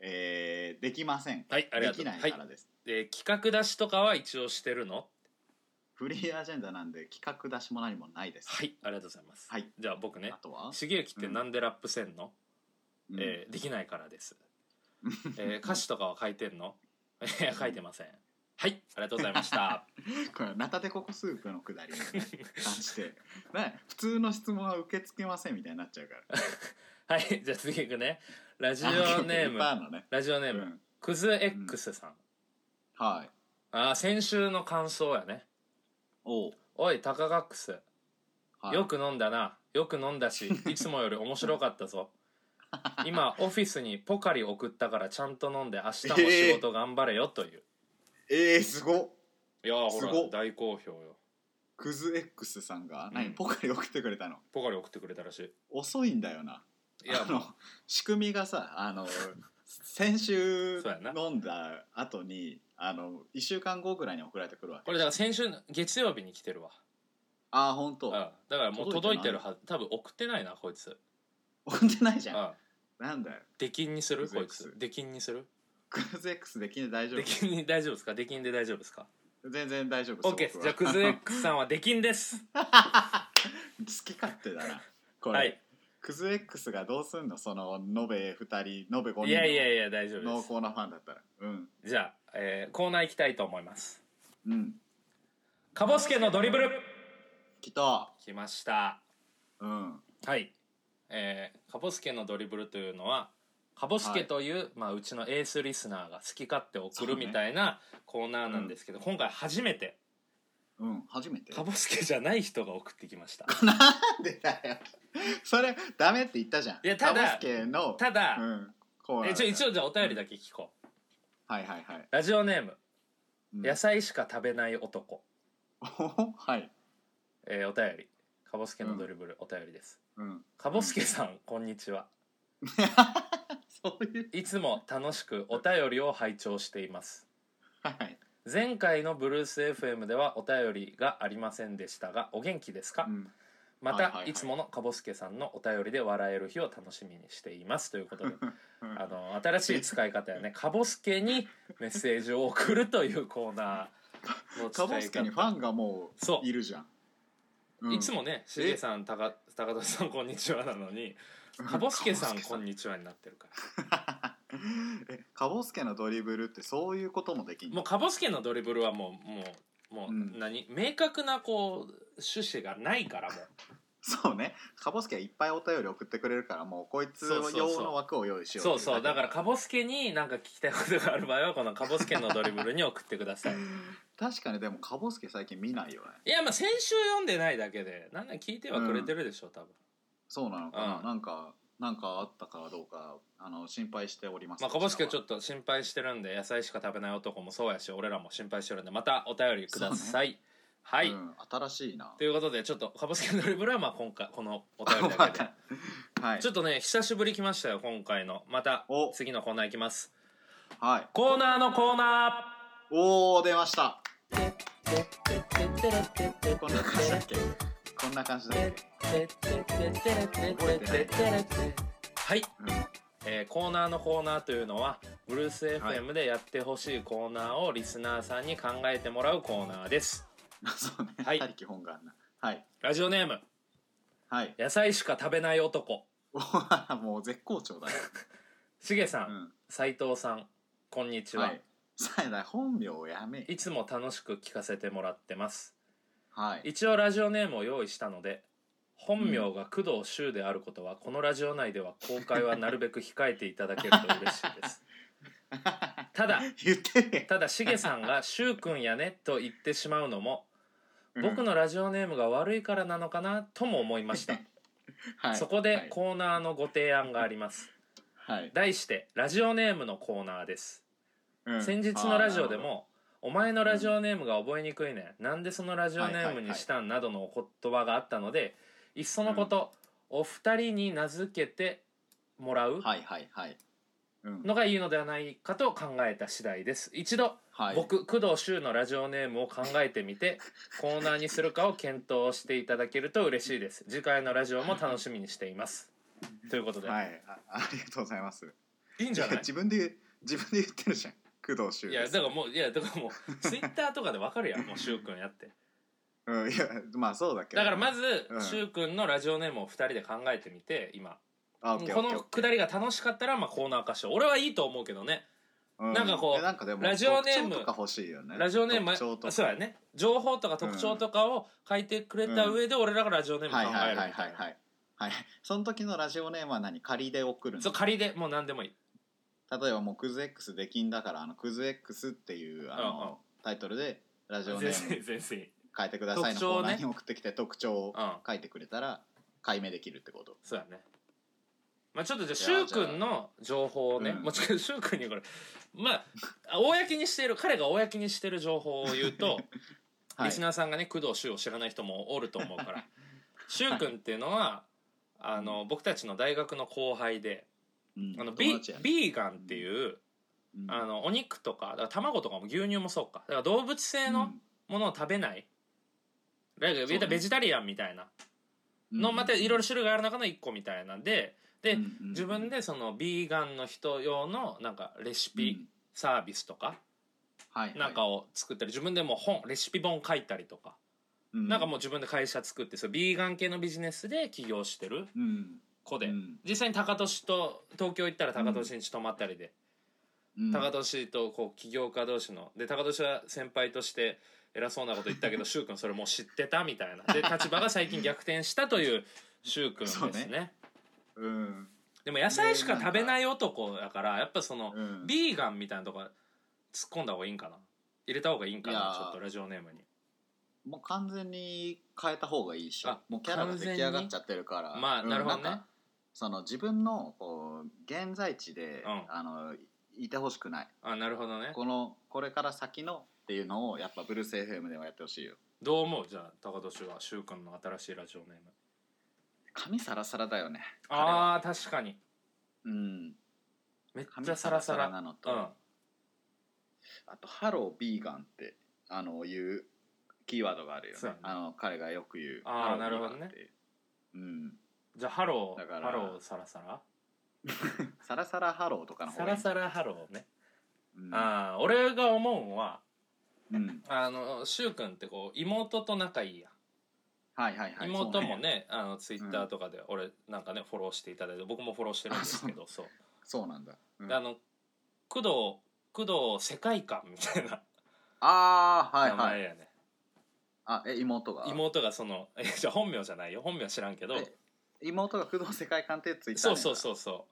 Speaker 1: えー、できません
Speaker 2: はいあり
Speaker 1: で
Speaker 2: がと
Speaker 1: き
Speaker 2: う
Speaker 1: ない
Speaker 2: は
Speaker 1: か
Speaker 2: い
Speaker 1: らです、
Speaker 2: で企画出しとかは一応してるの
Speaker 1: フリーアジェンダなんで企画出しも何もないです
Speaker 2: はいありがとうございます、
Speaker 1: はい
Speaker 2: じゃあ僕ね
Speaker 1: あとは、
Speaker 2: 重幸ってなんでラップせんの、
Speaker 1: うん
Speaker 2: えーできないから です、えー歌詞とかは書いてんの いや書いてませんはいありがとうございま した
Speaker 1: これナタデココスープのくだりみたいな感じでね普通の質問は受け付けませんみたいになっちゃうから
Speaker 2: はい、じゃあ次行くね。ラジオネー
Speaker 1: いっ
Speaker 2: ム
Speaker 1: ぱい、あるのね、
Speaker 2: ラジオネ
Speaker 1: う
Speaker 2: ーム、
Speaker 1: ん、
Speaker 2: クズ X さん。
Speaker 1: はい
Speaker 2: ああ、先週の感想やね。
Speaker 1: おう、
Speaker 2: おい、タカガックス、
Speaker 1: はい、
Speaker 2: よく飲んだな。よく飲んだし、いつもより面白かったぞ。今オフィスにポカリ送ったからちゃんと飲んで明日も仕事頑張れよという、
Speaker 1: えー、すごっ
Speaker 2: いやーほ
Speaker 1: す
Speaker 2: ら
Speaker 1: ごっ
Speaker 2: 大好評よ
Speaker 1: クズ X さんが何、
Speaker 2: うん
Speaker 1: ポカリ送ってくれたの
Speaker 2: ポカリ送ってくれたらしい
Speaker 1: 遅いんだよない
Speaker 2: や
Speaker 1: あの仕組みがさあの先週
Speaker 2: そうやな
Speaker 1: 飲んだ後にあの1週間後ぐらいに送られてくるわけ
Speaker 2: これだから先週の月曜日に来てるわ
Speaker 1: ああ本
Speaker 2: う
Speaker 1: 当
Speaker 2: んだからもう
Speaker 1: 届
Speaker 2: 届
Speaker 1: い
Speaker 2: い
Speaker 1: て
Speaker 2: て
Speaker 1: な
Speaker 2: る
Speaker 1: い
Speaker 2: はず多分送ってないなこいつ
Speaker 1: 送ってないじ
Speaker 2: う
Speaker 1: ゃん
Speaker 2: ん
Speaker 1: なんだよ
Speaker 2: 出禁にする
Speaker 1: クズ
Speaker 2: こい
Speaker 1: X
Speaker 2: つ出禁にする
Speaker 1: クズ X できんで大丈
Speaker 2: 出
Speaker 1: 夫
Speaker 2: 禁に大丈夫ですか出禁で大丈夫ですか
Speaker 1: 全然大丈夫
Speaker 2: OK ですじゃあクズ X さんは出禁です
Speaker 1: 好き勝手だなこ れ、
Speaker 2: はい
Speaker 1: クズ X がどうすんのその延べ2人延べ5人の
Speaker 2: いやいやいや大丈夫
Speaker 1: 濃
Speaker 2: です
Speaker 1: 厚なファンだったらうん
Speaker 2: じゃあ、えーコーナー行きたいと思います
Speaker 1: うん
Speaker 2: かぼすけのドリブル
Speaker 1: きっと
Speaker 2: 来ました
Speaker 1: うん
Speaker 2: はい、えー、かぼすけのドリブルというのはかぼすけという、まあ、うちのエースリスナーが好き勝手送るみたいなコーナーなんですけど、今回初めて
Speaker 1: うん初めて
Speaker 2: かぼすけじゃない人が送ってきま した
Speaker 1: なんでだよそれダメって言ったじゃん
Speaker 2: いやただ
Speaker 1: カボスケの
Speaker 2: ただ、
Speaker 1: うんコーナー
Speaker 2: えちょ一
Speaker 1: 応
Speaker 2: 応じゃあお便りだけ聞こう、
Speaker 1: はいはいはい、
Speaker 2: ラジオネーム
Speaker 1: うん
Speaker 2: 野菜しか食べない男、
Speaker 1: おほ はい
Speaker 2: えーお便りかぼすけのドリブル、お便りです
Speaker 1: うん
Speaker 2: かぼすけさん、こんにちは
Speaker 1: そういう
Speaker 2: いつも楽しくお便りを拝聴しています
Speaker 1: はい
Speaker 2: 前回のブルース FM ではお便りがありませんでしたがお元気ですか、
Speaker 1: うん
Speaker 2: ま
Speaker 1: はいはい
Speaker 2: た
Speaker 1: はい
Speaker 2: いつものかぼすけさんのお便りで笑える日を楽しみにしていますということで
Speaker 1: うん
Speaker 2: あの新しい使い方やねかぼすけにメッセージを送るというコーナーの使
Speaker 1: カ
Speaker 2: い方
Speaker 1: ボスケにファンがも
Speaker 2: そう
Speaker 1: いるじゃん
Speaker 2: う
Speaker 1: うん
Speaker 2: いつもねしげさんたか高田さんこんにちはなのにかぼすけさんこんにちはになってるから
Speaker 1: えカボスケのドリブルってそういうこともできんの
Speaker 2: もうかぼすけのドリブルはもうもうも
Speaker 1: うん
Speaker 2: う何、明確なこう趣旨がないからもう
Speaker 1: そうねカボスケはいっぱいお便り送ってくれるからもうこいつ
Speaker 2: そうそうそう
Speaker 1: 用の枠を用意しよう
Speaker 2: そうそうだから
Speaker 1: カ
Speaker 2: かぼすけに何か聞きたいことがある場合はこのかぼすけのドリブルに送ってください
Speaker 1: 確かにでもカボスケ最近見ないよね
Speaker 2: いやまあ先週読んでないだけでなんだ聞いてはくれてるでしょ多分、
Speaker 1: そうなのかな、
Speaker 2: うん
Speaker 1: なんかなんかあったかどうかあの心配しております
Speaker 2: まあかぼすけちょ
Speaker 1: っ
Speaker 2: っと心配してるんで野菜しか食べない男もそうやし俺らも心配してるんでまたお便りください、はい、
Speaker 1: 新しいな
Speaker 2: ということでちょっとかぼすけのドリブルはまあ今回このお 便りだけで
Speaker 1: はい
Speaker 2: ちょっとね久しぶり来ましたよ今回のまた
Speaker 1: お
Speaker 2: 次のコーナーいきます
Speaker 1: はい
Speaker 2: コーナーのコーナ
Speaker 1: おお出ましたこんな感じだっけこんな感じだっけ、
Speaker 2: ーはい、
Speaker 1: う
Speaker 2: えーコーナーのコーナーというのはブルース
Speaker 1: はい
Speaker 2: FM でやってほしいコーナーをリスナーさんに考えてもらうコーナーです
Speaker 1: ん、 そうね、
Speaker 2: はい
Speaker 1: 他力本願なはい
Speaker 2: ラジオネーム
Speaker 1: はい
Speaker 2: 野菜しか食べない男
Speaker 1: おもう絶好調だよ、
Speaker 2: しげさ
Speaker 1: うんん、
Speaker 2: 斉藤さんこんにちは、
Speaker 1: はいさえだ本名をやめ
Speaker 2: い、つも楽しく聞かせてもらってます
Speaker 1: はい、
Speaker 2: 一応ラジオネームを用意したので本名が工藤修であることは、このラジオ内では公開はなるべく控えていただけると嬉しいです ただ
Speaker 1: 言ってね
Speaker 2: ただしげさんが「しゅうくんやね」と言ってしまうのも僕
Speaker 1: の、
Speaker 2: のラジオネームが悪いからなのかなとも思いました、
Speaker 1: はい、
Speaker 2: そこでコーナーのご提案があります
Speaker 1: はい、
Speaker 2: 題してラジオネームのコーナーです、
Speaker 1: うん
Speaker 2: 先日のラジオでも「お前のラジオネームが覚えにくいねんなんでそのラジオネームにしたん?」などのお言葉があったのでいっそのこと、お二人に名付けてもらう
Speaker 1: はいはいはいうん
Speaker 2: のがいいのではないかと考えた次第です一度
Speaker 1: はい
Speaker 2: 僕工藤柊のラジオネームを考えてみてコーナーにするかを検討していただけると嬉しいです次回のラジオも楽しみにしていますということで、
Speaker 1: はいあ ありがとうございます
Speaker 2: い、いんじゃない
Speaker 1: 自分で言う自分で言ってるじゃん工藤修
Speaker 2: いや
Speaker 1: です
Speaker 2: だからもういやだからもうツイッターとかでわかるやんもう柊君やって
Speaker 1: うんいやまあそうだけど
Speaker 2: だからま
Speaker 1: ず
Speaker 2: ず
Speaker 1: うん
Speaker 2: 柊君のラジオネームを2人で考えてみて今
Speaker 1: あ
Speaker 2: このくだりが楽しかったらまあコーナー化しよう俺はいいと思うけどねなんかこう
Speaker 1: なんかでも
Speaker 2: ラジオネーム
Speaker 1: 特徴とか欲しいよね
Speaker 2: ラジオネー
Speaker 1: 特徴と
Speaker 2: ム
Speaker 1: か
Speaker 2: そうやね情報とか特徴とかを書いてくれた上で俺らがラジオネーム考
Speaker 1: はいは
Speaker 2: え
Speaker 1: い
Speaker 2: る
Speaker 1: はい
Speaker 2: み
Speaker 1: は
Speaker 2: たい
Speaker 1: い
Speaker 2: な
Speaker 1: はいはい その時のラジオネームは何仮で送るの
Speaker 2: そう仮でもう何でもいい
Speaker 1: 例えばもうクズ X できんだからあのクズ X っていうあの、
Speaker 2: うんうん
Speaker 1: タイトルでラジ
Speaker 2: 全
Speaker 1: オネ
Speaker 2: 然
Speaker 1: ーム
Speaker 2: 全然いい
Speaker 1: 変えてくださいの
Speaker 2: 特
Speaker 1: コ
Speaker 2: 徴を
Speaker 1: ー
Speaker 2: ね
Speaker 1: ナーに送ってきて特徴を
Speaker 2: うん
Speaker 1: 書いてくれたら解明できるってこと
Speaker 2: そうやねまあちょっとじゃあ
Speaker 1: いや
Speaker 2: 柊君の情報をね、
Speaker 1: うん
Speaker 2: もちろん柊君にこれまああ公にしている彼が公にしている情報を言う と、
Speaker 1: は
Speaker 2: リス
Speaker 1: い、
Speaker 2: ナーさんがね工藤柊を知らない人もおると思う から柊君っていうのはあの僕たちの大学の後輩で
Speaker 1: うん
Speaker 2: あの
Speaker 1: 友
Speaker 2: ビ
Speaker 1: 達やね
Speaker 2: ビーガンっていう
Speaker 1: うん
Speaker 2: あのお肉とかだから卵とかも牛乳もそうかだから動物性のものを食べない、だから言うた
Speaker 1: そう
Speaker 2: ら
Speaker 1: ね
Speaker 2: ベジタリアンみたいな
Speaker 1: うん
Speaker 2: のまたいろいろ種類がある中の1個みたいなんでで
Speaker 1: うんうん
Speaker 2: 自分でそのビーガンの人用のなんかレシピサービスとか
Speaker 1: うんはい
Speaker 2: なんかを作ったり自分でもう本レシピ本書いたりとかなんかもう自分で会社作ってそうビーガン系のビジネスで起業してる
Speaker 1: うんうん
Speaker 2: 子
Speaker 1: う
Speaker 2: で
Speaker 1: ん
Speaker 2: 実際に高俊と東京行ったら高俊に泊まったりで
Speaker 1: うん
Speaker 2: 高俊とこう起業家同士ので高俊は先輩として偉そうなこと言ったけ ど柊君それもう知ってたみたいなで立場が最近逆転したと いう柊君です
Speaker 1: そう
Speaker 2: ね
Speaker 1: ねうん
Speaker 2: でも野菜しか食べない男だからやっぱその
Speaker 1: うん
Speaker 2: ビーガンみたいなとこ突っ込んだ方がいいんかな入れた方がいいんか
Speaker 1: いや
Speaker 2: な
Speaker 1: ー
Speaker 2: ちょっとラジオネームに
Speaker 1: もう完全に変えた方がいいし
Speaker 2: あ
Speaker 1: もうキャラが出来上がっちゃってるから
Speaker 2: まあ
Speaker 1: うん
Speaker 2: なるほどね
Speaker 1: んかその自分のこう現在地で、
Speaker 2: うん
Speaker 1: あのいてほしくない
Speaker 2: あなるほどね
Speaker 1: このこれから先のっていうのをやっぱブルース FM ではやってほしいよ
Speaker 2: どう思うじゃあ高俊は柊君の新しいラジオネーム
Speaker 1: 髪サラサラだよね彼は
Speaker 2: あー確かに
Speaker 1: うん
Speaker 2: めっ
Speaker 1: 髪
Speaker 2: ちゃサラサラ
Speaker 1: なのと、あと「ハロービーガン」ってあのいうキーワードがあるよ
Speaker 2: そう
Speaker 1: ね
Speaker 2: やね
Speaker 1: あの彼がよく言う
Speaker 2: あー
Speaker 1: ハロービーガ
Speaker 2: な
Speaker 1: ン
Speaker 2: るほどね
Speaker 1: っていううん
Speaker 2: うんじゃあハロ
Speaker 1: だか
Speaker 2: ー
Speaker 1: ら
Speaker 2: ハローサラサラ
Speaker 1: サラサラハローとかの
Speaker 2: サ
Speaker 1: 方が
Speaker 2: ラ
Speaker 1: いい
Speaker 2: サラハローね、
Speaker 1: うん
Speaker 2: ああ俺が思うんは
Speaker 1: うん
Speaker 2: あの柊君ってこう妹と仲いいやん、
Speaker 1: はいはいはい
Speaker 2: 妹も
Speaker 1: そう
Speaker 2: ねあのツイッターとかで俺なんかねフォローしていただいて僕もフォローしてるんですけどそう
Speaker 1: そうなんだ、うん
Speaker 2: であの工藤工藤世界観みたいな
Speaker 1: ああはい
Speaker 2: 名
Speaker 1: は
Speaker 2: 前
Speaker 1: い
Speaker 2: やね、
Speaker 1: あえ妹が
Speaker 2: 妹がそのえじゃあ本名じゃないよ本名知らんけど
Speaker 1: え妹が工藤世界観ってツイッター
Speaker 2: そうそうそ
Speaker 1: う
Speaker 2: うそう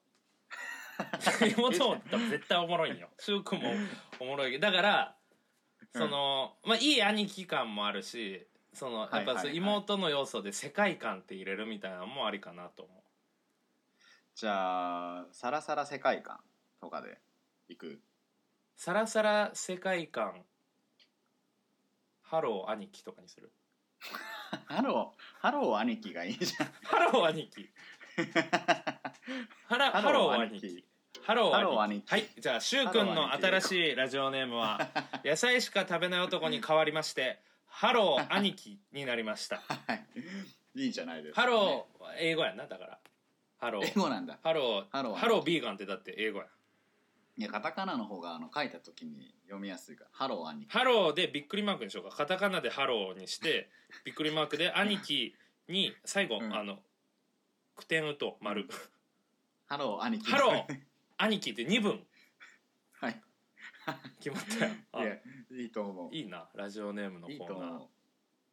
Speaker 2: 妹も絶対おもろいんよ柊君もおもろいけどだからその、まあいい兄貴感もあるしそのやっ
Speaker 1: はいはい
Speaker 2: ぱ
Speaker 1: はい
Speaker 2: そう妹の要素で世界観って入れるみたいなのもありかなと思
Speaker 1: じゃあサラサラ世界観とかでいく
Speaker 2: うさらさら世界観ハロー兄貴とかにする
Speaker 1: ハローハロー兄貴がいいじゃん
Speaker 2: ハロー兄貴ハラハ
Speaker 1: ハ
Speaker 2: ロ
Speaker 1: ロー
Speaker 2: ー兄
Speaker 1: 兄貴
Speaker 2: 貴ハロ
Speaker 1: ハロ
Speaker 2: ー
Speaker 1: ー
Speaker 2: 兄
Speaker 1: 兄
Speaker 2: 貴
Speaker 1: 貴
Speaker 2: はいじゃあ柊君の
Speaker 1: ハロー
Speaker 2: 新
Speaker 1: 兄貴
Speaker 2: しいラジオネーム は「野菜しか食べない男」に変わりまして「ハロー兄貴」になりました
Speaker 1: はいいいじゃないですか
Speaker 2: ハ
Speaker 1: ね、
Speaker 2: ローは英語やんなだからハロ
Speaker 1: 英
Speaker 2: ー
Speaker 1: 語なんだ
Speaker 2: ハロー
Speaker 1: ハロー
Speaker 2: ハロービーガンってだって英語やん
Speaker 1: いやカタカナの方があの書いた時に読みやすいからハロー兄貴
Speaker 2: ハローでびっくりマークにしようかカタカナでハローに してびっくりマークで兄貴に最後、
Speaker 1: うん
Speaker 2: あの句点打とう丸
Speaker 1: ハロー兄貴
Speaker 2: ハロー兄貴って2分
Speaker 1: はい
Speaker 2: 決まったよあ
Speaker 1: いやいいと思う
Speaker 2: いいなラジオネームのコ
Speaker 1: いいと
Speaker 2: ーナー
Speaker 1: 思う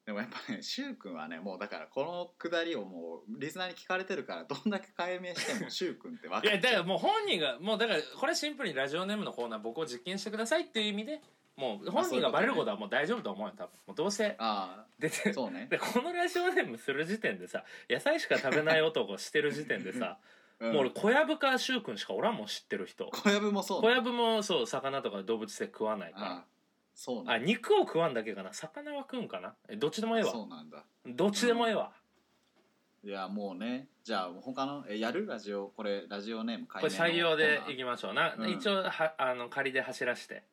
Speaker 1: でもやっぱねしゅうくんはねもうだからこのくだりをもうリスナーに聞かれてるからどんだけ解明して もしゅうくんって分か
Speaker 2: い
Speaker 1: る
Speaker 2: やだからもう本人がもうだからこれシンプルにラジオネームのコーナー僕を実験してくださいっていう意味でもう本人がバレることはもう大丈夫と思うよ多分もうどうせ
Speaker 1: あ
Speaker 2: 出
Speaker 1: あ
Speaker 2: て
Speaker 1: そうね、
Speaker 2: でこのラジオネームする時点でさ野菜しか食べない男してる時点でさ、
Speaker 1: うん、
Speaker 2: もう俺小籔か柊君しかおらんもん知ってる人
Speaker 1: 小籔もそう
Speaker 2: 小
Speaker 1: ね
Speaker 2: 籔もそう魚とか動物性食わない
Speaker 1: あ
Speaker 2: か
Speaker 1: あそう
Speaker 2: らあ
Speaker 1: なんだ
Speaker 2: 肉を食わんだけかな魚は食うんかなえどっちでもええわ
Speaker 1: そうなんだ
Speaker 2: どっちでもええわ、
Speaker 1: いやもうねじゃあ他のえやるラジオこれラジオネーム
Speaker 2: これ採用でい
Speaker 1: い
Speaker 2: きましょうな、
Speaker 1: うん
Speaker 2: 一応はあの仮で走らして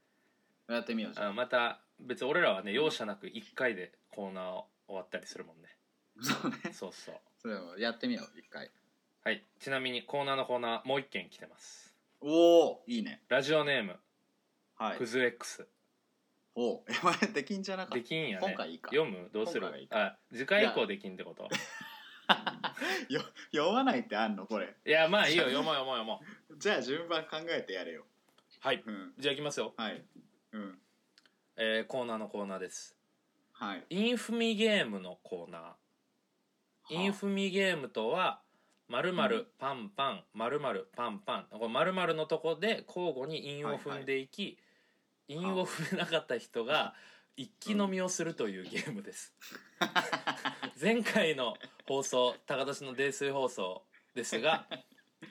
Speaker 1: やってみようじゃ
Speaker 2: あ
Speaker 1: ん
Speaker 2: また別に俺らはね容赦なく1回でコーナー終わったりするもんね
Speaker 1: そうね
Speaker 2: そうそう
Speaker 1: それをやってみよう一回
Speaker 2: はいちなみにコーナーのコーナーもう1件来てます
Speaker 1: おおいいね
Speaker 2: ラジオネーム
Speaker 1: はい
Speaker 2: クズ X、
Speaker 1: おおやばいできんじゃなかっ
Speaker 2: で
Speaker 1: た
Speaker 2: きんやね
Speaker 1: 今回いいか
Speaker 2: 読むどうする
Speaker 1: 今回いい
Speaker 2: あ次回以降できんってこと
Speaker 1: 読まないってあんのこれ
Speaker 2: いやまあいいよ読もう読もう読もう
Speaker 1: じゃあ順番考えてやれよ
Speaker 2: はい
Speaker 1: うん
Speaker 2: じゃあいきますよ、
Speaker 1: はいうん
Speaker 2: えーコーナーのコーナーです
Speaker 1: はい
Speaker 2: インフミゲームのコーナーインフミゲームとは〇
Speaker 1: う
Speaker 2: 〇パンパン〇〇パンパンこれ〇〇のとこで交互に韻を踏んでいき、韻を踏めなかった人が一気飲みをするというゲームです、前回の放送高田氏の泥酔放送ですが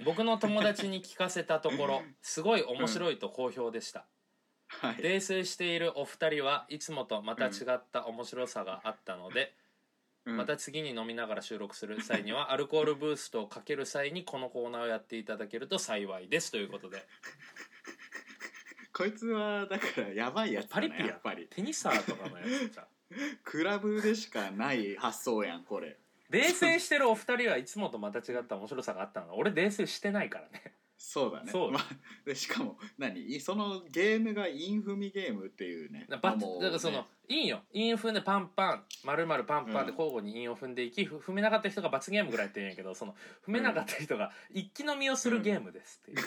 Speaker 2: 僕の友達に聞かせたところすごい面白いと好評でした
Speaker 1: はい
Speaker 2: 泥酔しているお二人はいつもとまた違った面白さがあったので、
Speaker 1: うん
Speaker 2: また次に飲みながら収録する際にはアルコールブーストをかける際にこのコーナーをやっていただけると幸いですということで
Speaker 1: こいつはだからやばいやつだ
Speaker 2: パリ
Speaker 1: ね
Speaker 2: ピやん
Speaker 1: やっぱり
Speaker 2: テニサーとかのやつじゃん
Speaker 1: クラブでしかない発想やんこれ
Speaker 2: 泥酔してるお二人はいつもとまた違った面白さがあったの俺泥酔してないからね
Speaker 1: そうだね
Speaker 2: そう
Speaker 1: まあ、でしかも何いそのゲームがインフミゲームっていうね
Speaker 2: バ
Speaker 1: もうね
Speaker 2: だからそ の陰よ陰を踏んでパンパン丸々パンパンで
Speaker 1: うん
Speaker 2: 交互に陰を踏んでいき、ふ踏めなかった人が罰ゲームぐらいやって言うんやけどその踏めなかった人が一気飲みをするゲームです っていう、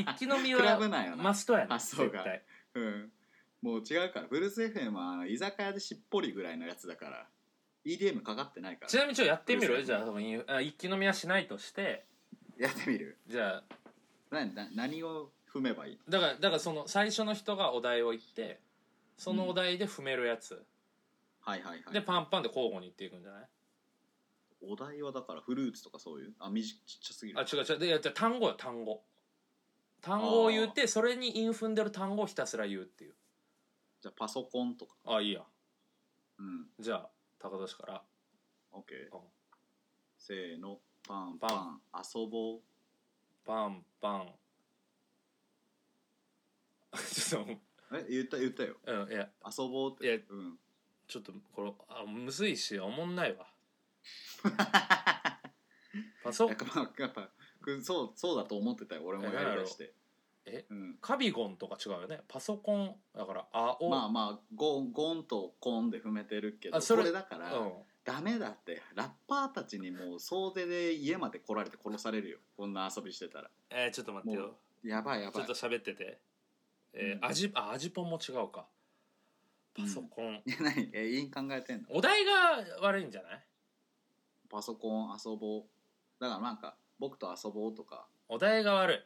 Speaker 2: 一気飲み
Speaker 1: クラ
Speaker 2: は
Speaker 1: ブなんよな
Speaker 2: マストやね
Speaker 1: 発想
Speaker 2: 絶
Speaker 1: が
Speaker 2: 対
Speaker 1: うん、もう違うからブルース FM はあの居酒屋でしっぽりぐらいのやつだから EDM かかってないか
Speaker 2: ちなみにちょっとやってみ
Speaker 1: う
Speaker 2: る
Speaker 1: る
Speaker 2: じ
Speaker 1: さい
Speaker 2: ゃあその陰あ一気飲みはしないとして
Speaker 1: らやってみる
Speaker 2: じゃあ
Speaker 1: なな何を踏めばいい
Speaker 2: だからだからその最初の人がお題を言ってそのお題で踏めるやつ、
Speaker 1: はいはいはい
Speaker 2: でパンパンで交互にいっていくんじゃない
Speaker 1: お題はだからフルーツとかそういうあ短ちっちゃすぎる
Speaker 2: あ違う違うでいやじゃあ単語よ単語単語を言うてそれに韻踏んでる単語をひたすら言うっていう
Speaker 1: じゃあパソコンとか
Speaker 2: あいいや
Speaker 1: うん
Speaker 2: じゃあ高田氏から
Speaker 1: OK
Speaker 2: うん
Speaker 1: せーのパンパン
Speaker 2: パ
Speaker 1: 遊ぼう
Speaker 2: パンパン ちょっ
Speaker 1: え言った言ったよ
Speaker 2: とうんいや
Speaker 1: 遊ぼうって
Speaker 2: いや
Speaker 1: うん、
Speaker 2: ちょっとこれあむずいしおもんないわパソ
Speaker 1: やっぱまあやっぱくそうそうだと思ってたよ俺もやりだして
Speaker 2: え
Speaker 1: うん、
Speaker 2: カビゴンとか違うよねパソコンだからあお、
Speaker 1: まあまあゴンゴンとコンで踏めてるけど
Speaker 2: あそ
Speaker 1: そ
Speaker 2: れ
Speaker 1: れだから、
Speaker 2: うん
Speaker 1: ダメだってラッパーたちにもう総出で家まで来られて殺されるよこんな遊びしてたら
Speaker 2: えー、ちょっと待ってよ
Speaker 1: やばいや
Speaker 2: ち
Speaker 1: ば
Speaker 2: ょ
Speaker 1: い
Speaker 2: っと喋っててえ
Speaker 1: うん
Speaker 2: ー、味あ味ポンも違うかパソコン、
Speaker 1: いや何えいいん考えてんの
Speaker 2: お題が悪いんじゃない
Speaker 1: パソコン遊ぼうだからなんか僕と遊ぼうとか
Speaker 2: お題が悪い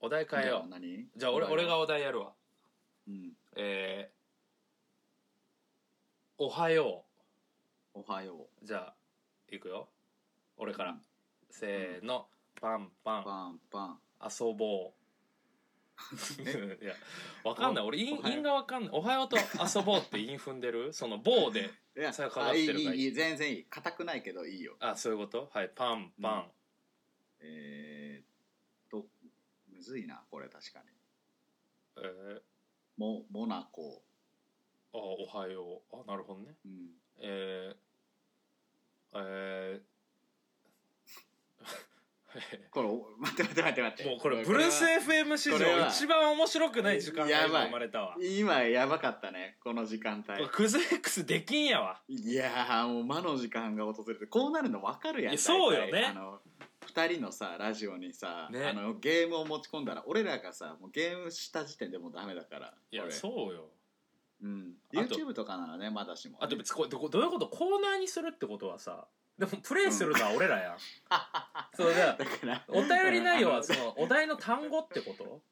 Speaker 2: お題変えよ
Speaker 1: う何
Speaker 2: うじゃあ俺
Speaker 1: お題
Speaker 2: 俺がお題やるわ
Speaker 1: うん
Speaker 2: えー、おはよ
Speaker 1: おはよ
Speaker 2: うじゃあいくよ俺から、
Speaker 1: うん
Speaker 2: せーのパンパ
Speaker 1: う
Speaker 2: ン
Speaker 1: パンパン
Speaker 2: 遊ぼう
Speaker 1: え
Speaker 2: いやわかんない俺
Speaker 1: お
Speaker 2: 因
Speaker 1: はよう
Speaker 2: 因がわかんない「おはよう」と「遊ぼう」って因踏んでるその「棒」で
Speaker 1: いや
Speaker 2: さあ変わっ
Speaker 1: いい
Speaker 2: てるかい
Speaker 1: いいいい全然いい硬くないけどいいよ
Speaker 2: あそういうことはいパンパン、
Speaker 1: えー、っとむずいなこれ確かに
Speaker 2: えー、
Speaker 1: モモナコ
Speaker 2: あおはようあなるほどね
Speaker 1: うん
Speaker 2: えー、え
Speaker 1: これお待って待って待って待
Speaker 2: ー、
Speaker 1: って
Speaker 2: もうこれブルース FM 史
Speaker 1: これ
Speaker 2: 上
Speaker 1: は
Speaker 2: 一番面白くない時間が
Speaker 1: やば
Speaker 2: 今
Speaker 1: い
Speaker 2: 生まれたわ
Speaker 1: 今やばかったねこの時間帯
Speaker 2: クズ X できんやわ
Speaker 1: いやーもう魔の時間が訪れてこうなるの分かるや
Speaker 2: い
Speaker 1: ん
Speaker 2: やそうよね
Speaker 1: 大体あの2人のさラジオにさ、
Speaker 2: ね
Speaker 1: あのゲームを持ち込んだら俺らがさもうゲームした時点でもうダメだから
Speaker 2: いや
Speaker 1: これ
Speaker 2: そうよ
Speaker 1: うん、
Speaker 2: あと
Speaker 1: YouTube とかならねまだしも、ね、
Speaker 2: あと別にこれどこどういうことコーナーにするってことはさでもプレイするのは俺らやん、 そうだよ
Speaker 1: だから
Speaker 2: お便り内容
Speaker 1: あ
Speaker 2: は
Speaker 1: の
Speaker 2: そのお題の単語ってこと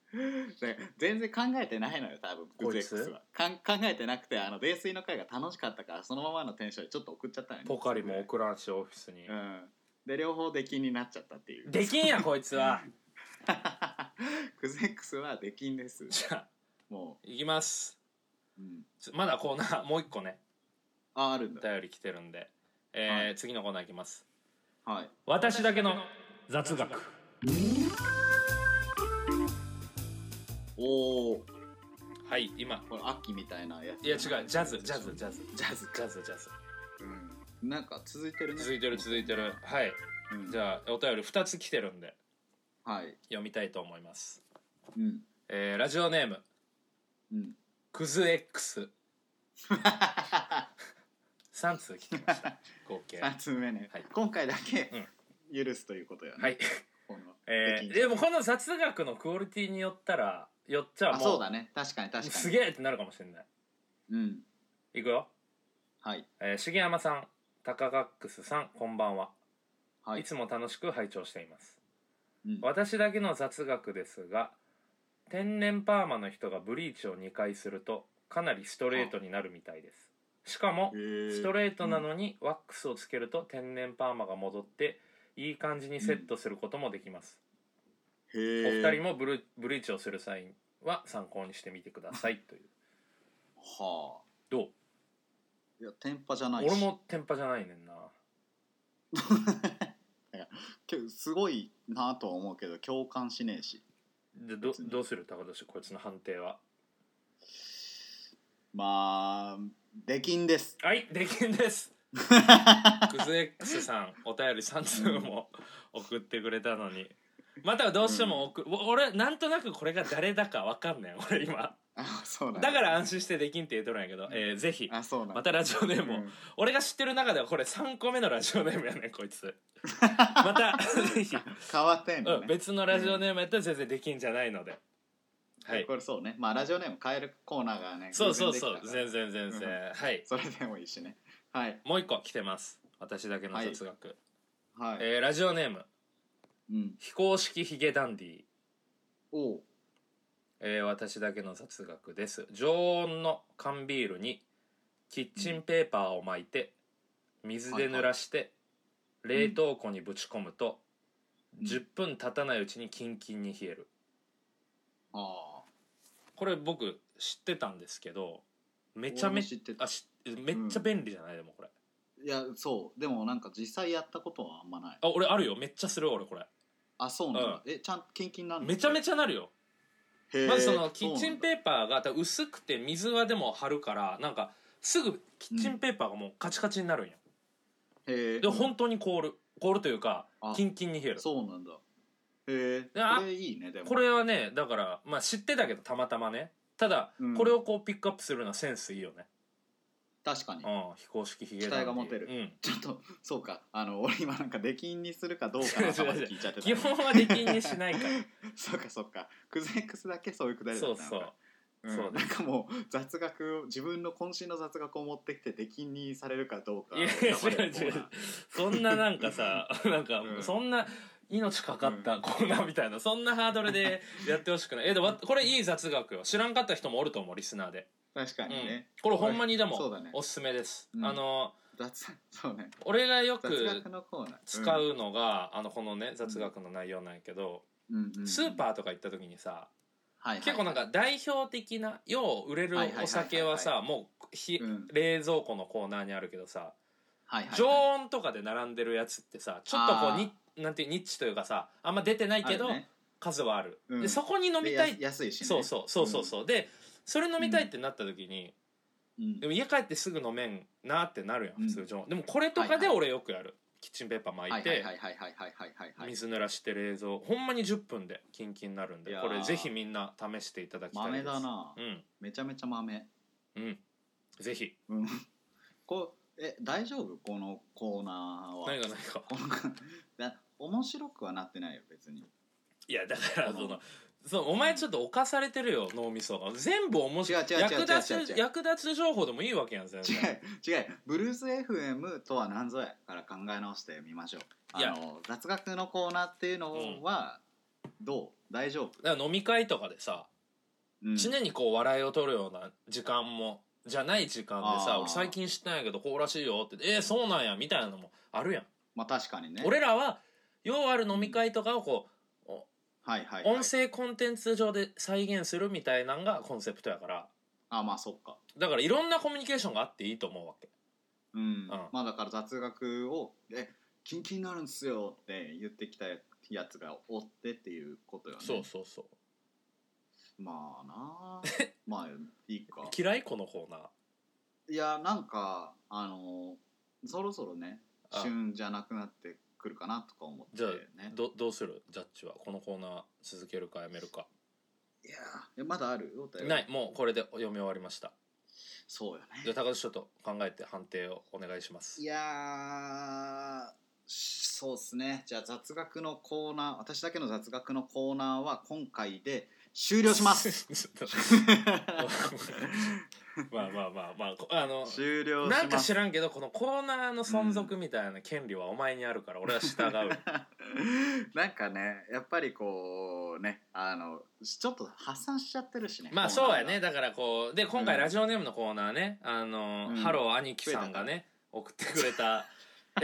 Speaker 1: で全然考えてないのよ多分
Speaker 2: こい
Speaker 1: X
Speaker 2: つ
Speaker 1: はかん考えてなくてあの泥酔の会が楽しかったからそのままのテンションでちょっと送っちゃったのよ
Speaker 2: ポカリも送らんしオフィスに、
Speaker 1: うんで両方出禁になっちゃったっていう
Speaker 2: できんやこいつは
Speaker 1: クゼックスは出禁です
Speaker 2: じゃあ
Speaker 1: も
Speaker 2: いきます
Speaker 1: う、うん、
Speaker 2: ちょま だコーナーもう一個ね
Speaker 1: ああるん
Speaker 2: お
Speaker 1: だ
Speaker 2: 便り来てるんで、えー
Speaker 1: はい
Speaker 2: 次のコーナーいきます
Speaker 1: はい
Speaker 2: 私だけの雑学
Speaker 1: おお
Speaker 2: はい今
Speaker 1: これ秋みたいなやつ
Speaker 2: いや違うジャズジャズジャズジャズジャズジャズ
Speaker 1: うん、なんか続いてるね
Speaker 2: 続いてる続いてるはい
Speaker 1: うん
Speaker 2: じゃあお便り2つ来てるんで
Speaker 1: はい
Speaker 2: 読みたいと思います、
Speaker 1: うん
Speaker 2: えーラジオネーム
Speaker 1: うん
Speaker 2: クズ X3 通来てま した合計
Speaker 1: 三つ目ね、
Speaker 2: はい
Speaker 1: 今回だけ許すということやね、
Speaker 2: はい
Speaker 1: この
Speaker 2: え
Speaker 1: 出禁
Speaker 2: ーでもこの雑学のクオリティによったらよっちゃ
Speaker 1: あ
Speaker 2: も
Speaker 1: そううだね確かに確かに
Speaker 2: すげえってなるかもしれない
Speaker 1: うん
Speaker 2: いくよ
Speaker 1: はい
Speaker 2: えー、重山さん高ガックスさんこんばんは、、
Speaker 1: はいい、
Speaker 2: つも楽しく拝聴しています
Speaker 1: うん、
Speaker 2: 私だけの雑学ですが天然パーマの人がブリーチを2回するとかなりストレートになるみたいですしかもストレートなのにワックスをつけると天然パーマが戻っていい感じにセットすることもできます、お
Speaker 1: へえ
Speaker 2: 二人もブルブリーチをする際は参考にしてみてくださいという
Speaker 1: はあ
Speaker 2: どう
Speaker 1: いや天パじゃないし
Speaker 2: 俺もテンパじゃないねんな
Speaker 1: けどすごいなとは思うけど共感しねえし
Speaker 2: でど
Speaker 1: 別に
Speaker 2: どうする高年こいつの判定は
Speaker 1: まあ出禁です
Speaker 2: はいできん ですクズ X さんお便り3通も送ってくれたのにまたはどうしても送、お俺なんとなくこれが誰だかわかんない俺今
Speaker 1: あそうなん
Speaker 2: だから安心してできんって言うとるんやけど、えーぜひ
Speaker 1: あそうなん
Speaker 2: またラジオネームを、
Speaker 1: うん
Speaker 2: 俺が知ってる中ではこれ3個目のラジオネームやねんこい つまたぜひ、
Speaker 1: 変わってんの
Speaker 2: うん、
Speaker 1: ね、
Speaker 2: 別のラジオネームやったら全然できんじゃないので、はい
Speaker 1: これそうねまあラジオネーム変えるコーナーがね
Speaker 2: そうそうそ
Speaker 1: 偶
Speaker 2: う
Speaker 1: 然で
Speaker 2: 全然全然、
Speaker 1: う
Speaker 2: はい
Speaker 1: きたからそれでもいいしねはい
Speaker 2: もう一個来てます私だけの雑学、
Speaker 1: はい、
Speaker 2: えーラジオネーム
Speaker 1: うん
Speaker 2: 非公式ヒゲダンディ、
Speaker 1: おう
Speaker 2: えー私だけの雑学です常温の缶ビールにキッチンペーパーを巻いて水で濡らして
Speaker 1: いはい
Speaker 2: 冷凍庫にぶち込むと、
Speaker 1: うん
Speaker 2: 10分経たないうちにキンキンに冷える
Speaker 1: あ
Speaker 2: これ僕知ってたんですけど
Speaker 1: あ
Speaker 2: めちゃめ
Speaker 1: ち
Speaker 2: あしめっちゃ便利じゃない、でもこれ
Speaker 1: いやそうでもなんか実際やったことはあんまない
Speaker 2: あ俺あるよめっちゃする俺これ
Speaker 1: あそうなんだ、えちゃんキンキンなんだ
Speaker 2: めちゃめ
Speaker 1: ち
Speaker 2: ちゃなるよ
Speaker 1: ゃ
Speaker 2: まずそのキッチンペーパーが多分薄くて水はでも張るからなんかすぐキッチンペーパーがもうカチカチになるんや、
Speaker 1: ーへえ
Speaker 2: で本当に凍る凍るというか
Speaker 1: あ
Speaker 2: キンキンに冷える
Speaker 1: そうなんだへえこ
Speaker 2: であ
Speaker 1: れいいねでも
Speaker 2: これはねだからまあ知ってたけどたまたまねただ
Speaker 1: うん
Speaker 2: これをこうピックアップするのはセンスいいよね、
Speaker 1: 確かに
Speaker 2: うん非公式ヒゲ
Speaker 1: 期待が持てる
Speaker 2: うん
Speaker 1: ちょっとそうかあの俺今なんか出禁にするかどうかなとか聞いちゃってた
Speaker 2: 基本は出禁にしない から
Speaker 1: そうかそうかクズ X だけそういうくだりだ
Speaker 2: そ
Speaker 1: っ
Speaker 2: う
Speaker 1: たの
Speaker 2: そう
Speaker 1: かうん
Speaker 2: そうで
Speaker 1: なん
Speaker 2: す
Speaker 1: かもう雑学を自分の渾身の雑学を持ってきて出禁にされるかどうか
Speaker 2: いやいや違う違うそんななんかさ なんか
Speaker 1: うん
Speaker 2: そんな命かかったコーナーみたいなそんなハードルでやってほしくないえでもわこれいい雑学よ知らんかった人もおると思うリスナーで、
Speaker 1: 確か
Speaker 2: うん
Speaker 1: にね、
Speaker 2: これほんまにで
Speaker 1: そ
Speaker 2: も
Speaker 1: うだね
Speaker 2: おすすめです、
Speaker 1: うん
Speaker 2: あの
Speaker 1: 雑そうね
Speaker 2: 俺がよ
Speaker 1: 雑
Speaker 2: く
Speaker 1: 学のコーナー
Speaker 2: 使うのが、あのこのね雑学の内容なんやけど、
Speaker 1: うん、うんうん
Speaker 2: スーパーとか行った時にさ
Speaker 1: はいはい
Speaker 2: 結構なんか代表的なよう売れるお酒はさもうひ、
Speaker 1: うん
Speaker 2: 冷蔵庫のコーナーにあるけどさ、
Speaker 1: はいはいはい
Speaker 2: 常温とかで並んでるやつってさちょっとこうになんていうニッチというかさあんま出てないけど、
Speaker 1: あるね
Speaker 2: 数はある、
Speaker 1: うん
Speaker 2: でそこに飲みたい、
Speaker 1: でや安いし、ね、
Speaker 2: そうそうそうそうそうでそれ飲みたいってなった時に、
Speaker 1: うん
Speaker 2: でも家帰ってすぐ飲めんなってなるや
Speaker 1: うん
Speaker 2: ん普通常温、でもこれとかで
Speaker 1: はい
Speaker 2: 俺よくやる、キッチンペーパー巻
Speaker 1: はいい
Speaker 2: て、
Speaker 1: はいはいはいはいはいはいはい
Speaker 2: 水濡らして冷蔵ほんまに10分でキンキンになるん
Speaker 1: い
Speaker 2: で
Speaker 1: やー
Speaker 2: これぜひみんな試していただきたいで
Speaker 1: 豆
Speaker 2: す
Speaker 1: だな
Speaker 2: うん
Speaker 1: めちゃめちゃ豆
Speaker 2: うんぜひ
Speaker 1: うんこうえ大丈夫このコーナーは
Speaker 2: 何が何か
Speaker 1: このだ 面白くはなってないよ別に
Speaker 2: いやだからそ
Speaker 1: こ
Speaker 2: の
Speaker 1: の
Speaker 2: そのお前ちょっと侵されてるよ脳みそが全部面白い
Speaker 1: 違う違う違う
Speaker 2: 役立
Speaker 1: 違う違
Speaker 2: つ
Speaker 1: う
Speaker 2: 役立つ情報でもいいわけやん全
Speaker 1: 違
Speaker 2: 然
Speaker 1: う違うブルース FM とは何ぞやから考え直してみましょう
Speaker 2: いや
Speaker 1: あの雑学のコーナーっていうのはどう大丈夫、
Speaker 2: だから飲み会とかでさ
Speaker 1: うん
Speaker 2: 常にこう笑いを取るような時間もじゃない時間でさ
Speaker 1: あー
Speaker 2: 俺最近知ったんやけどこうらしいよってえー、そうなんやみたいなのもあるやん、
Speaker 1: まあ確かにね
Speaker 2: 俺らはようある飲み会とかをこうお
Speaker 1: はいはい、はい
Speaker 2: 音、声コンテンツ上で再現するみたいなんがコンセプトやから
Speaker 1: あまあそっか
Speaker 2: だからいろんなコミュニケーションがあっていいと思うわけ
Speaker 1: うん、
Speaker 2: ん
Speaker 1: まあだから雑学を「えキンキンになるんすよ」って言ってきたやつがおってっていうことよね
Speaker 2: そうそうそう
Speaker 1: ま あなあまあいいか
Speaker 2: 嫌いこのコーナー
Speaker 1: いやなんかあのそろそろね
Speaker 2: あ
Speaker 1: 旬じゃなくなってくるかなとか思って
Speaker 2: じゃあ
Speaker 1: ね
Speaker 2: どどうするジャッジはこのコーナー続けるかやめるか
Speaker 1: いやーえまだあるお便り
Speaker 2: ないもうこれで読み終わりました
Speaker 1: そうよ
Speaker 2: じゃ
Speaker 1: ね
Speaker 2: あ高田ちょっと考えて判定をお願いしま
Speaker 1: い
Speaker 2: す
Speaker 1: やーそうですねじゃあ雑学のコーナー私だけの雑学のコーナーは今回で終了します
Speaker 2: ちょっとまあまあまあまあこあの
Speaker 1: 終了します
Speaker 2: なんか知らんけどこのコーナーの存続みたいな権利はお前にあるから俺は従う、
Speaker 1: なんかねやっぱりこうねあのちょっと破産しちゃってるしね
Speaker 2: まあ
Speaker 1: コーナ
Speaker 2: そ
Speaker 1: ー
Speaker 2: う
Speaker 1: が
Speaker 2: やねだからこうで今回
Speaker 1: うん
Speaker 2: ラジオネームのコーナーね、あの
Speaker 1: うん
Speaker 2: ハロー兄貴さんがね送ってくれた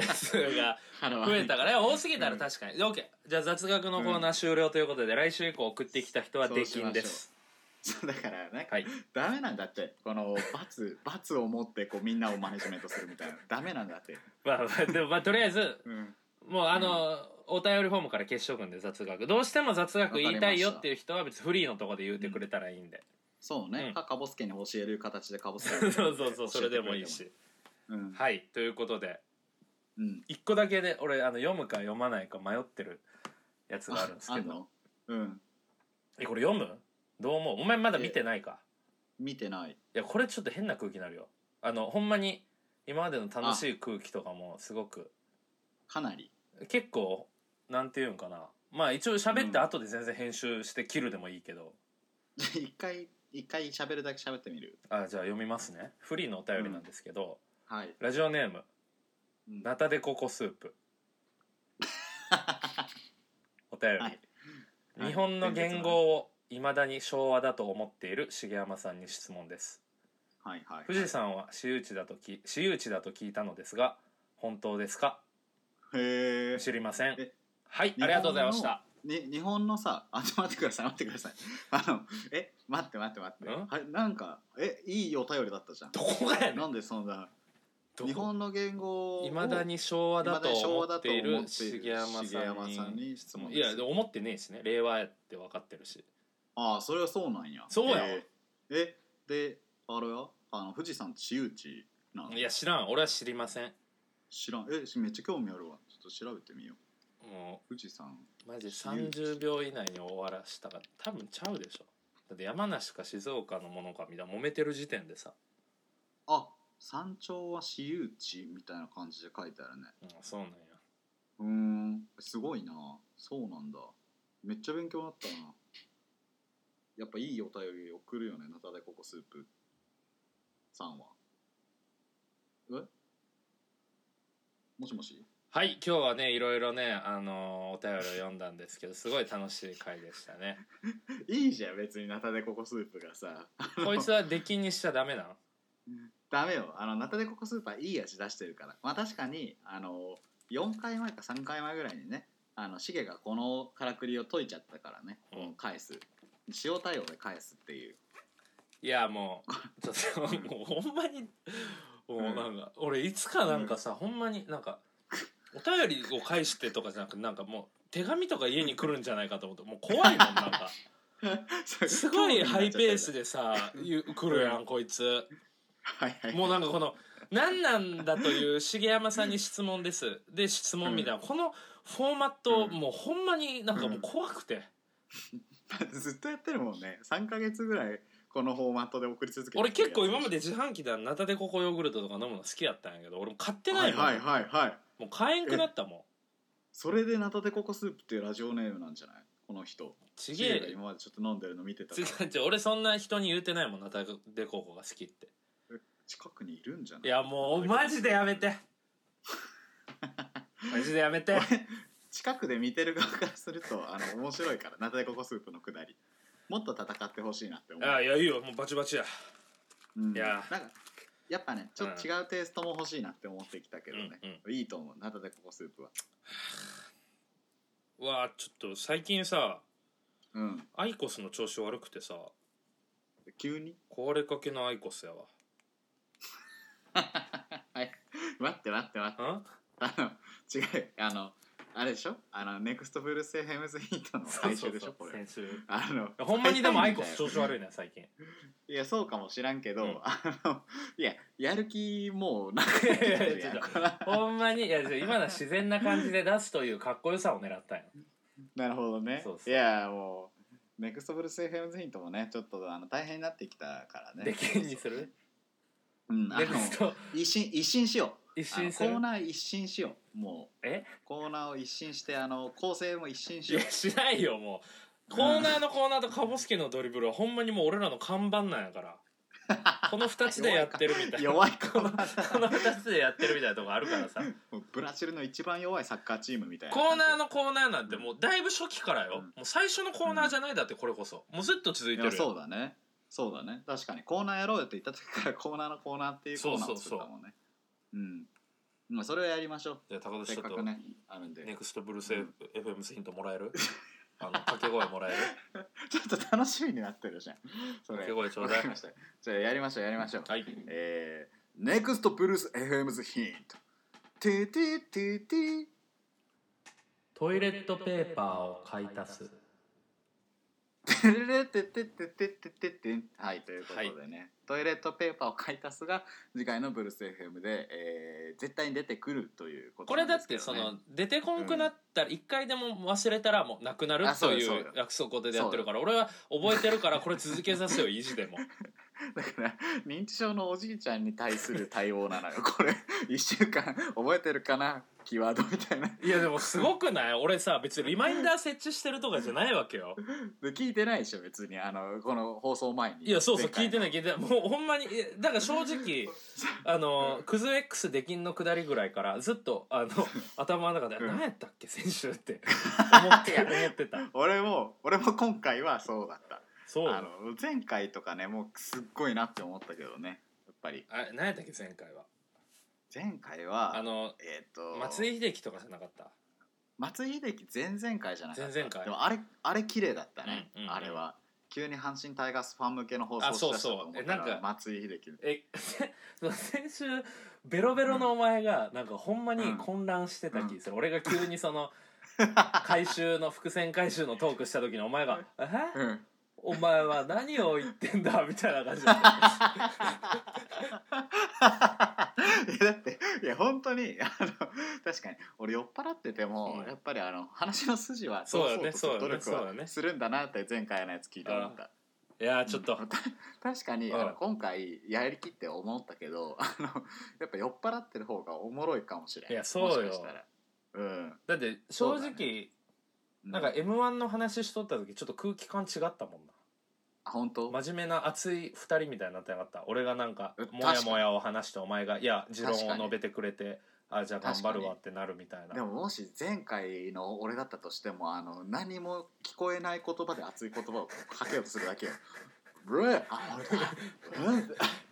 Speaker 2: 数が増えたからいや多すぎたら確かに、で OK じゃあ雑学のコーナー終了ということで、来週以降送ってきた人は出禁です
Speaker 1: そうだからなんか
Speaker 2: はい
Speaker 1: ダメなんだってこの罰 罰を持ってこうみんなをマネジメントするみたいなダメなんだって、
Speaker 2: まあ、まあ、でもまあとりあえず
Speaker 1: うん、
Speaker 2: もうあの、お便りフォームから消しとくんで雑学どうしても雑学言いたいよっていう人は別にフリーのとこで言うてくれたらいいんで、
Speaker 1: そうね、
Speaker 2: うん
Speaker 1: かかぼすけに教える形でかぼす
Speaker 2: そうそうそうそれでもいいし
Speaker 1: うん、
Speaker 2: はいということで
Speaker 1: うん、
Speaker 2: 一個だけで俺あの読むか読まないか迷ってるやつがあるんですけ
Speaker 1: ん
Speaker 2: ど
Speaker 1: のうん
Speaker 2: えこれ読むどう思うお前まだ見てないか
Speaker 1: 見てない
Speaker 2: いやこれちょっと変な空気になるよあのほんまに今までの楽しい空気とかもすごく
Speaker 1: かなり
Speaker 2: 結構なんていうんかなまあ一応喋って後で全然編集して切るでもいいけど、
Speaker 1: じゃあ一回一回喋るだけ喋ってみる
Speaker 2: あじゃあ読みますねフリーのお便りなんですけど、
Speaker 1: はい、
Speaker 2: ラジオネーム
Speaker 1: うん
Speaker 2: ナタデココスー プお便り、
Speaker 1: はいはい
Speaker 2: 日本の言語をいまだに昭和だと思っている重山さんに質問です
Speaker 1: はいはい
Speaker 2: 富士山は私有地だとき私有地だと聞いたのですが本当ですか
Speaker 1: へえ
Speaker 2: 知りません
Speaker 1: え
Speaker 2: はい
Speaker 1: 日本の
Speaker 2: ありがとうございました
Speaker 1: に日本のさあちょ待ってください待ってくださいあのえ待って待って待って
Speaker 2: ん
Speaker 1: はいなんかえいいお便りだったじゃん
Speaker 2: どこがやね
Speaker 1: なんんでそんな
Speaker 2: どこ
Speaker 1: 日本の言語を
Speaker 2: いまだに昭和だと思っている重
Speaker 1: 未だに
Speaker 2: 山
Speaker 1: 昭和だと思
Speaker 2: さん
Speaker 1: っ
Speaker 2: に
Speaker 1: ている重山さんに質問です
Speaker 2: いやで思ってねえしね令和やって分かってるし
Speaker 1: ああそれはそうなんや
Speaker 2: そうやわ
Speaker 1: えーえであれはあの富士山私有地なの
Speaker 2: いや知らん俺は知りません
Speaker 1: 知らんえしめっちゃ興味あるわちょっと調べてみよう
Speaker 2: も
Speaker 1: 富士山
Speaker 2: うマジで
Speaker 1: 私有地
Speaker 2: 30秒以内に終わらしたら多分ちゃうでしょだって山梨か静岡のものかみたいな揉めてる時点でさ、
Speaker 1: あ山頂は私有地みたいな感じで書いてあるね
Speaker 2: うん、そうなんや
Speaker 1: うーんすごいなそうなんだめっちゃ勉強になったなやっぱいいお便り送るよねナタデココスープさんはえもしもし
Speaker 2: はい今日はねいろいろねあのーお便りを読んだんですけどすごい楽しい回でしたね
Speaker 1: いいじゃん別にナタデココスープがさ
Speaker 2: こいつは出禁にしちゃダメなの
Speaker 1: ダメよあのナタデココスーパーいい味出してるからまあ確かにあの4回前か3回前ぐらいにねあのシゲがこのからくりを解いちゃったからね、
Speaker 2: うん
Speaker 1: こう返す塩対応で返すっていう
Speaker 2: いやもうちょっともうほんまにもうなんか、俺いつかなんかさ、ほんまになんかお便りを返してとかじゃなくなんかもう手紙とか家に来るんじゃないかと思ってもう怖いもんなん かすごいハイペース
Speaker 1: で
Speaker 2: でさゆ来るやんこいつ
Speaker 1: はいはい
Speaker 2: もうなんかこの「何なんだ」という重山さんに質問ですで質問みたいな、このフォーマット、
Speaker 1: うん
Speaker 2: もうほんまになんかもう怖くて、
Speaker 1: ずっとやってるもんね3か月ぐらいこのフォーマットで送り続けて
Speaker 2: 俺
Speaker 1: きてる
Speaker 2: 結構
Speaker 1: やつ
Speaker 2: 今まで自販機でナタデココヨーグルトとか飲むの好きやったんやけど俺も買ってな
Speaker 1: はいい
Speaker 2: もん、
Speaker 1: はいはいはい
Speaker 2: もう買えんくなったもん
Speaker 1: それでナタデココスープっていうラジオネームなんじゃないこの人
Speaker 2: ちげ
Speaker 1: シ
Speaker 2: え
Speaker 1: ゲ
Speaker 2: よ
Speaker 1: が今までちょっと飲んでるの見てたから
Speaker 2: 違う違う俺そんな人に言うてないもんなタデココが好きって
Speaker 1: 近くにいるんじゃない
Speaker 2: いやもうマジでやめ てマジでやめて
Speaker 1: 近くで見てる側からするとあの面白いからナタデココスープのくだりもっと戦ってほしいなって思う、
Speaker 2: あいやいいよもうバチバチや
Speaker 1: うん
Speaker 2: いや
Speaker 1: なんかやっぱねちょっと違うテイストも欲しいなって思ってきたけどね、
Speaker 2: うん
Speaker 1: いいと思うナタデココスープは
Speaker 2: うわあちょっと最近さ
Speaker 1: うん
Speaker 2: アイコスの調子悪くてさ
Speaker 1: 急に
Speaker 2: 壊れかけのアイコスやわ
Speaker 1: はい待って待って待って
Speaker 2: ん
Speaker 1: あの違うよあのあれでしょあのネクストブルースヘムズヒートの最終でしょこれ
Speaker 2: 先週
Speaker 1: あの
Speaker 2: ほんまにでもアイコス
Speaker 1: 最
Speaker 2: 調
Speaker 1: 下位みた
Speaker 2: 子悪いね
Speaker 1: いな
Speaker 2: 最近
Speaker 1: いやそうかもしらんけど、
Speaker 2: うん
Speaker 1: あのいややる気もうなくなってきてるやん
Speaker 2: いやちょ
Speaker 1: この
Speaker 2: ほんまにいや今のは自然な感じで出すというかっこよさを狙ったんよ
Speaker 1: なるほどね
Speaker 2: そうそう
Speaker 1: いやもうネクストブルース FM ズヒントもねちょっとあの大変になってきたからね
Speaker 2: できるにする
Speaker 1: うんあ
Speaker 2: ネ
Speaker 1: の
Speaker 2: クスト
Speaker 1: 一新一新しよう
Speaker 2: 一新す
Speaker 1: あの
Speaker 2: る
Speaker 1: コーナー一新しようも
Speaker 2: え
Speaker 1: うコーナーを一新してあの構成も一新し
Speaker 2: い
Speaker 1: よ
Speaker 2: やしないよもうコーナーのコーナーとカボスケのドリブルはほんまにもう俺らの看板なんやから この2つでやってるみた
Speaker 1: う
Speaker 2: いな
Speaker 1: 弱いコーナ
Speaker 2: こ
Speaker 1: ー
Speaker 2: の
Speaker 1: だ
Speaker 2: 2つでやってるみたいなとこあるからさ
Speaker 1: もうブラジルの一番弱いサッカーチームみたいな
Speaker 2: コーナー
Speaker 1: の
Speaker 2: のコーナーなんてもうだいぶ初期からよ、
Speaker 1: うん
Speaker 2: もう最初のコーナーじゃないだってこれこそもうずっと続いてるよ
Speaker 1: そうだねそうだね確かにコーナーやろうよって言った時からコーナーのコーナーっていうコーナーを作ったもんねうんまあ、それをやりましょ
Speaker 2: じゃあ高
Speaker 1: う
Speaker 2: 田
Speaker 1: せっ
Speaker 2: ちょっ
Speaker 1: か
Speaker 2: と
Speaker 1: くねあるんで、
Speaker 2: ネクストブルース F- FM ヒントもらえるあの掛け声もらえる
Speaker 1: ちょっと楽しみになってるじゃんそ
Speaker 2: 掛
Speaker 1: れ
Speaker 2: け声ちょう
Speaker 1: わ
Speaker 2: だ
Speaker 1: か
Speaker 2: い
Speaker 1: りましたじゃあやりましょうやりましょう
Speaker 2: はい
Speaker 1: えー、ネクストブルース FM's ヒントティティティティ
Speaker 2: トイレットペーパーを買い足す
Speaker 1: テレレテテテテテテテはいということでね、トイレットペーパーを買い足すが次回のブルース FM で、えー、絶対に出てくるということ
Speaker 2: これ
Speaker 1: なん
Speaker 2: だ
Speaker 1: で
Speaker 2: っ
Speaker 1: すけ
Speaker 2: て
Speaker 1: ど
Speaker 2: そ
Speaker 1: ね
Speaker 2: の出てこんくなったら一回でも忘れたらもうなくなる
Speaker 1: あ
Speaker 2: と
Speaker 1: そう
Speaker 2: い
Speaker 1: よそ
Speaker 2: う
Speaker 1: うよ
Speaker 2: 約束をでやってるから俺は覚えてるからこれ続けさせよう 意地でも
Speaker 1: だから認知症のおじいちゃんに対する対応なのよ これ1週間覚えてるかなキーワードみたいない
Speaker 2: やでもすごくない俺さ別にリマインダー設置してるとかじゃないわけよ
Speaker 1: で聞いてないでしょ別にあのこの放送前に
Speaker 2: いやそうそう
Speaker 1: 前回
Speaker 2: 聞いてない聞いてないもうほんまにいやだから正 直あのクズ X できんのくだりぐらいからずっとあの頭の中で
Speaker 1: うん
Speaker 2: 何やったっけ先週 って思っ
Speaker 1: い
Speaker 2: て
Speaker 1: や
Speaker 2: 思ってた
Speaker 1: 俺も俺も今回はそうだった
Speaker 2: そう
Speaker 1: あ
Speaker 2: あ
Speaker 1: の前回とかねもうすっごいなって思ったけどねやっぱり
Speaker 2: 何やったっけ前回は
Speaker 1: 前回は
Speaker 2: あの
Speaker 1: えっ、と
Speaker 2: 松井秀喜とかじゃなかった
Speaker 1: 松井秀喜前々回じゃなかった
Speaker 2: 前々回
Speaker 1: でもあれあれ綺麗だったね、
Speaker 2: うんうんうん
Speaker 1: あれは急に阪神タイガースファン向けの放送
Speaker 2: あ
Speaker 1: をし
Speaker 2: そう
Speaker 1: だした
Speaker 2: そう
Speaker 1: と思った
Speaker 2: えなん
Speaker 1: ら
Speaker 2: か
Speaker 1: 松井秀喜
Speaker 2: え 先週ベロベロのお前がなんかほんまに混乱してた気する、俺が急にその 回収の伏線回収のトークした時にお前が「え
Speaker 1: うん
Speaker 2: お前は何を言ってんだ」みたいな感じで
Speaker 1: いやだっていや本当にあの確かに俺酔っ払ってても、
Speaker 2: うん
Speaker 1: やっぱりあの話の筋は
Speaker 2: そうだね
Speaker 1: 通と
Speaker 2: そうだね
Speaker 1: 努力
Speaker 2: そうだ
Speaker 1: は
Speaker 2: ね
Speaker 1: するんだなって前回のやつ聞いて思った
Speaker 2: いやーちょっと、
Speaker 1: うんた確かに、
Speaker 2: うん
Speaker 1: あの今回やりきって思ったけどあのやっぱ酔っ払ってる方がおもろいかもしれん
Speaker 2: いやそうよ
Speaker 1: もしかしたらうん
Speaker 2: だって正
Speaker 1: そうだ
Speaker 2: 直、なん
Speaker 1: う
Speaker 2: か m 1の話しとった時ちょっと空気感違ったもんな
Speaker 1: あ本当
Speaker 2: 真面目な熱い2人みたいになってなかった俺がなんか
Speaker 1: うん
Speaker 2: モヤモヤを話してお前が「いや持論
Speaker 1: 確
Speaker 2: を
Speaker 1: かに
Speaker 2: 述べてくれてあじゃあ頑張るわ」ってなるみたいな
Speaker 1: でももし前回の俺だったとしてもあの何も聞こえない言葉で熱い言葉をかけようとするだけよ。ブレあ俺だ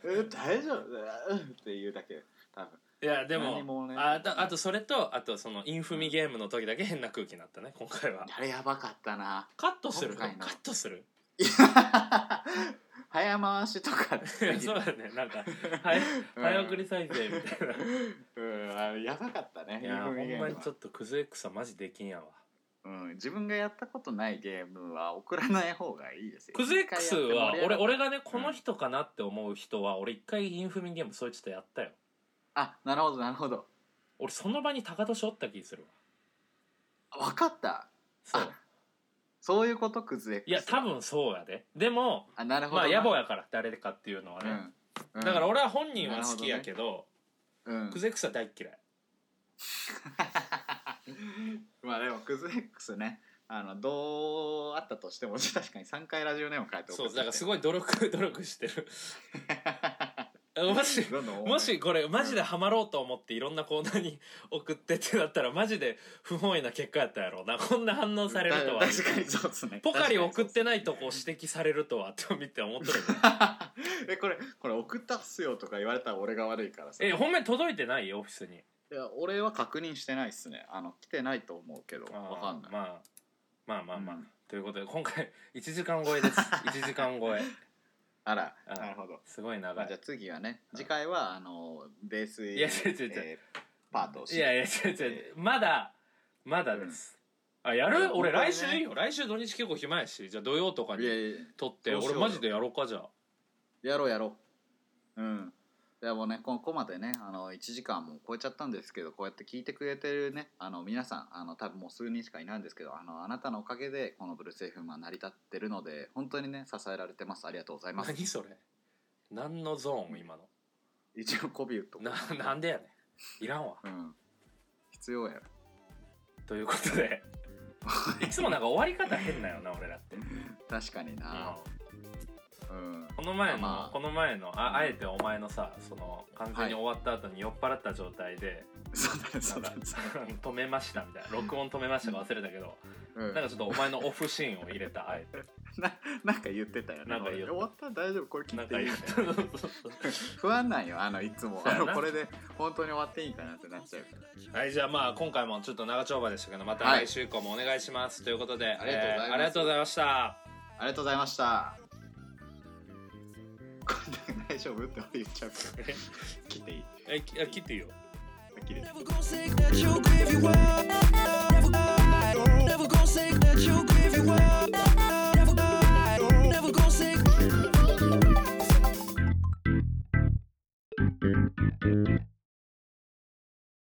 Speaker 1: うんうん大丈夫うんっていうだけ多分
Speaker 2: いやでも
Speaker 1: 何もね
Speaker 2: あとあとそれとあとそのインフミゲームの時だけ変な空気になったね今回は
Speaker 1: あれやばかったな
Speaker 2: カットするカ
Speaker 1: 今回の
Speaker 2: ットする
Speaker 1: 早回しとか
Speaker 2: い
Speaker 1: で
Speaker 2: や
Speaker 1: き
Speaker 2: そ
Speaker 1: る
Speaker 2: うだねなんか早
Speaker 1: うん
Speaker 2: 早送り再生みたい
Speaker 1: うんあれやばかったね
Speaker 2: ないや
Speaker 1: インフミ
Speaker 2: ほん
Speaker 1: ゲーム
Speaker 2: ま
Speaker 1: は
Speaker 2: にちょっとクズ X はマジできんやわ
Speaker 1: うん、自分がやったことないゲームは送らない方がいいですよ
Speaker 2: クズ X
Speaker 1: 一回やっ
Speaker 2: は
Speaker 1: て盛り上が
Speaker 2: 俺
Speaker 1: っ
Speaker 2: 俺がねこの人かなって思う人は俺一回インフミゲームそいつとやったよ
Speaker 1: あなるほどなるほど
Speaker 2: 俺その場に高年おった気するわ
Speaker 1: 分かった
Speaker 2: そう
Speaker 1: あそういうことクズ X
Speaker 2: いや多分そうやででも
Speaker 1: あなるほど
Speaker 2: まあ
Speaker 1: な
Speaker 2: 野暮やから誰かっていうのはね、
Speaker 1: うん、
Speaker 2: だから
Speaker 1: 俺、
Speaker 2: 俺は本人は好きやけど
Speaker 1: うん
Speaker 2: ク、ズ X は大っ嫌い
Speaker 1: まあでもクズ X ねあのどうあったとしても 確かに3回ラジオネーム変えて
Speaker 2: そうだからす
Speaker 1: い
Speaker 2: ごい努力 努力してる もし
Speaker 1: どんどん多め
Speaker 2: もしこれマジでハマろうと思っていろんなコーナーに送ってってなったらマジで不本意な結果やったやろうなこんな反応されるとは
Speaker 1: 確かにそうですね
Speaker 2: ポカリ送って
Speaker 1: い
Speaker 2: ないとこ指摘されるとはって見て思っとる
Speaker 1: えこれこれ送ったっすよとか言われたら俺が悪いからさ
Speaker 2: えほんまに届いてないよオフィスに
Speaker 1: いや俺は確認してないっすねあの来てないと思うけど
Speaker 2: あー
Speaker 1: わかんない、
Speaker 2: まあまあまあまあ、
Speaker 1: うん
Speaker 2: ということで今回1時間超えです 1時間超え
Speaker 1: あら
Speaker 2: あー
Speaker 1: なるほど、
Speaker 2: すごい長
Speaker 1: まあ、
Speaker 2: い
Speaker 1: じゃあ次はね次回はあの泥酔
Speaker 2: いや違う違う違う
Speaker 1: えーパートをし
Speaker 2: いやいや違う違うまだまだです、あや
Speaker 1: いや
Speaker 2: る俺
Speaker 1: 本当に
Speaker 2: 来
Speaker 1: ね
Speaker 2: 週いいよ来週土日結構暇やしじゃあ土曜とか
Speaker 1: いや
Speaker 2: に
Speaker 1: いや
Speaker 2: 撮って
Speaker 1: どうしよ
Speaker 2: 俺
Speaker 1: うよ
Speaker 2: マジでやろうかじゃあ
Speaker 1: やろうやろううんでもうねここまでねあの1時間も超えちゃったんですけどこうやって聞いてくれてるねあの皆さんあの多分もう数人しかいないんですけどあのあなたのおかげでこのブルース FM は成り立ってるので本当にね支えられてますありがとうございます
Speaker 2: 何それ何のゾーン今の
Speaker 1: 一応コビュット
Speaker 2: ななんでやねんいらんわ
Speaker 1: うん必要やろ
Speaker 2: ということでいつもなんか終わり方変だよな俺らって、
Speaker 1: 確かになうん
Speaker 2: この前の、
Speaker 1: まあ
Speaker 2: この前のああえてお前のさその完全に終わった後に酔っ払った状態で、
Speaker 1: そうだねそう
Speaker 2: な
Speaker 1: だ
Speaker 2: ん
Speaker 1: ね
Speaker 2: か 止めましたみたいな録音止めましたか忘れたけど
Speaker 1: うん
Speaker 2: なんかちょっとお前のオフシーンを入れたあえて
Speaker 1: ななんか言ってたよね
Speaker 2: なんか言っ
Speaker 1: 俺
Speaker 2: た
Speaker 1: 終わった大丈夫これ切
Speaker 2: な
Speaker 1: っ
Speaker 2: ん
Speaker 1: て
Speaker 2: か
Speaker 1: いい
Speaker 2: 言ったそうそうそう
Speaker 1: 不安なんよあのいつも
Speaker 2: そう
Speaker 1: あ
Speaker 2: やな
Speaker 1: のこれで本当に終わっていいかなってなっちゃうから
Speaker 2: はいじゃあまあ今回もちょっと長丁場でしたけどまた
Speaker 1: はい
Speaker 2: 来週以降もお願いします、ということで
Speaker 1: ありがとうございます
Speaker 2: えーありがとうございました
Speaker 1: ありがとうございましたこれで大丈夫って俺言っちゃうから
Speaker 2: え
Speaker 1: 切っていい
Speaker 2: えきあ切っていいよ
Speaker 1: 切れて
Speaker 3: Never gonna say that you'll give you up. Never, never gonna say that you'll give you up. Never, never gonna say.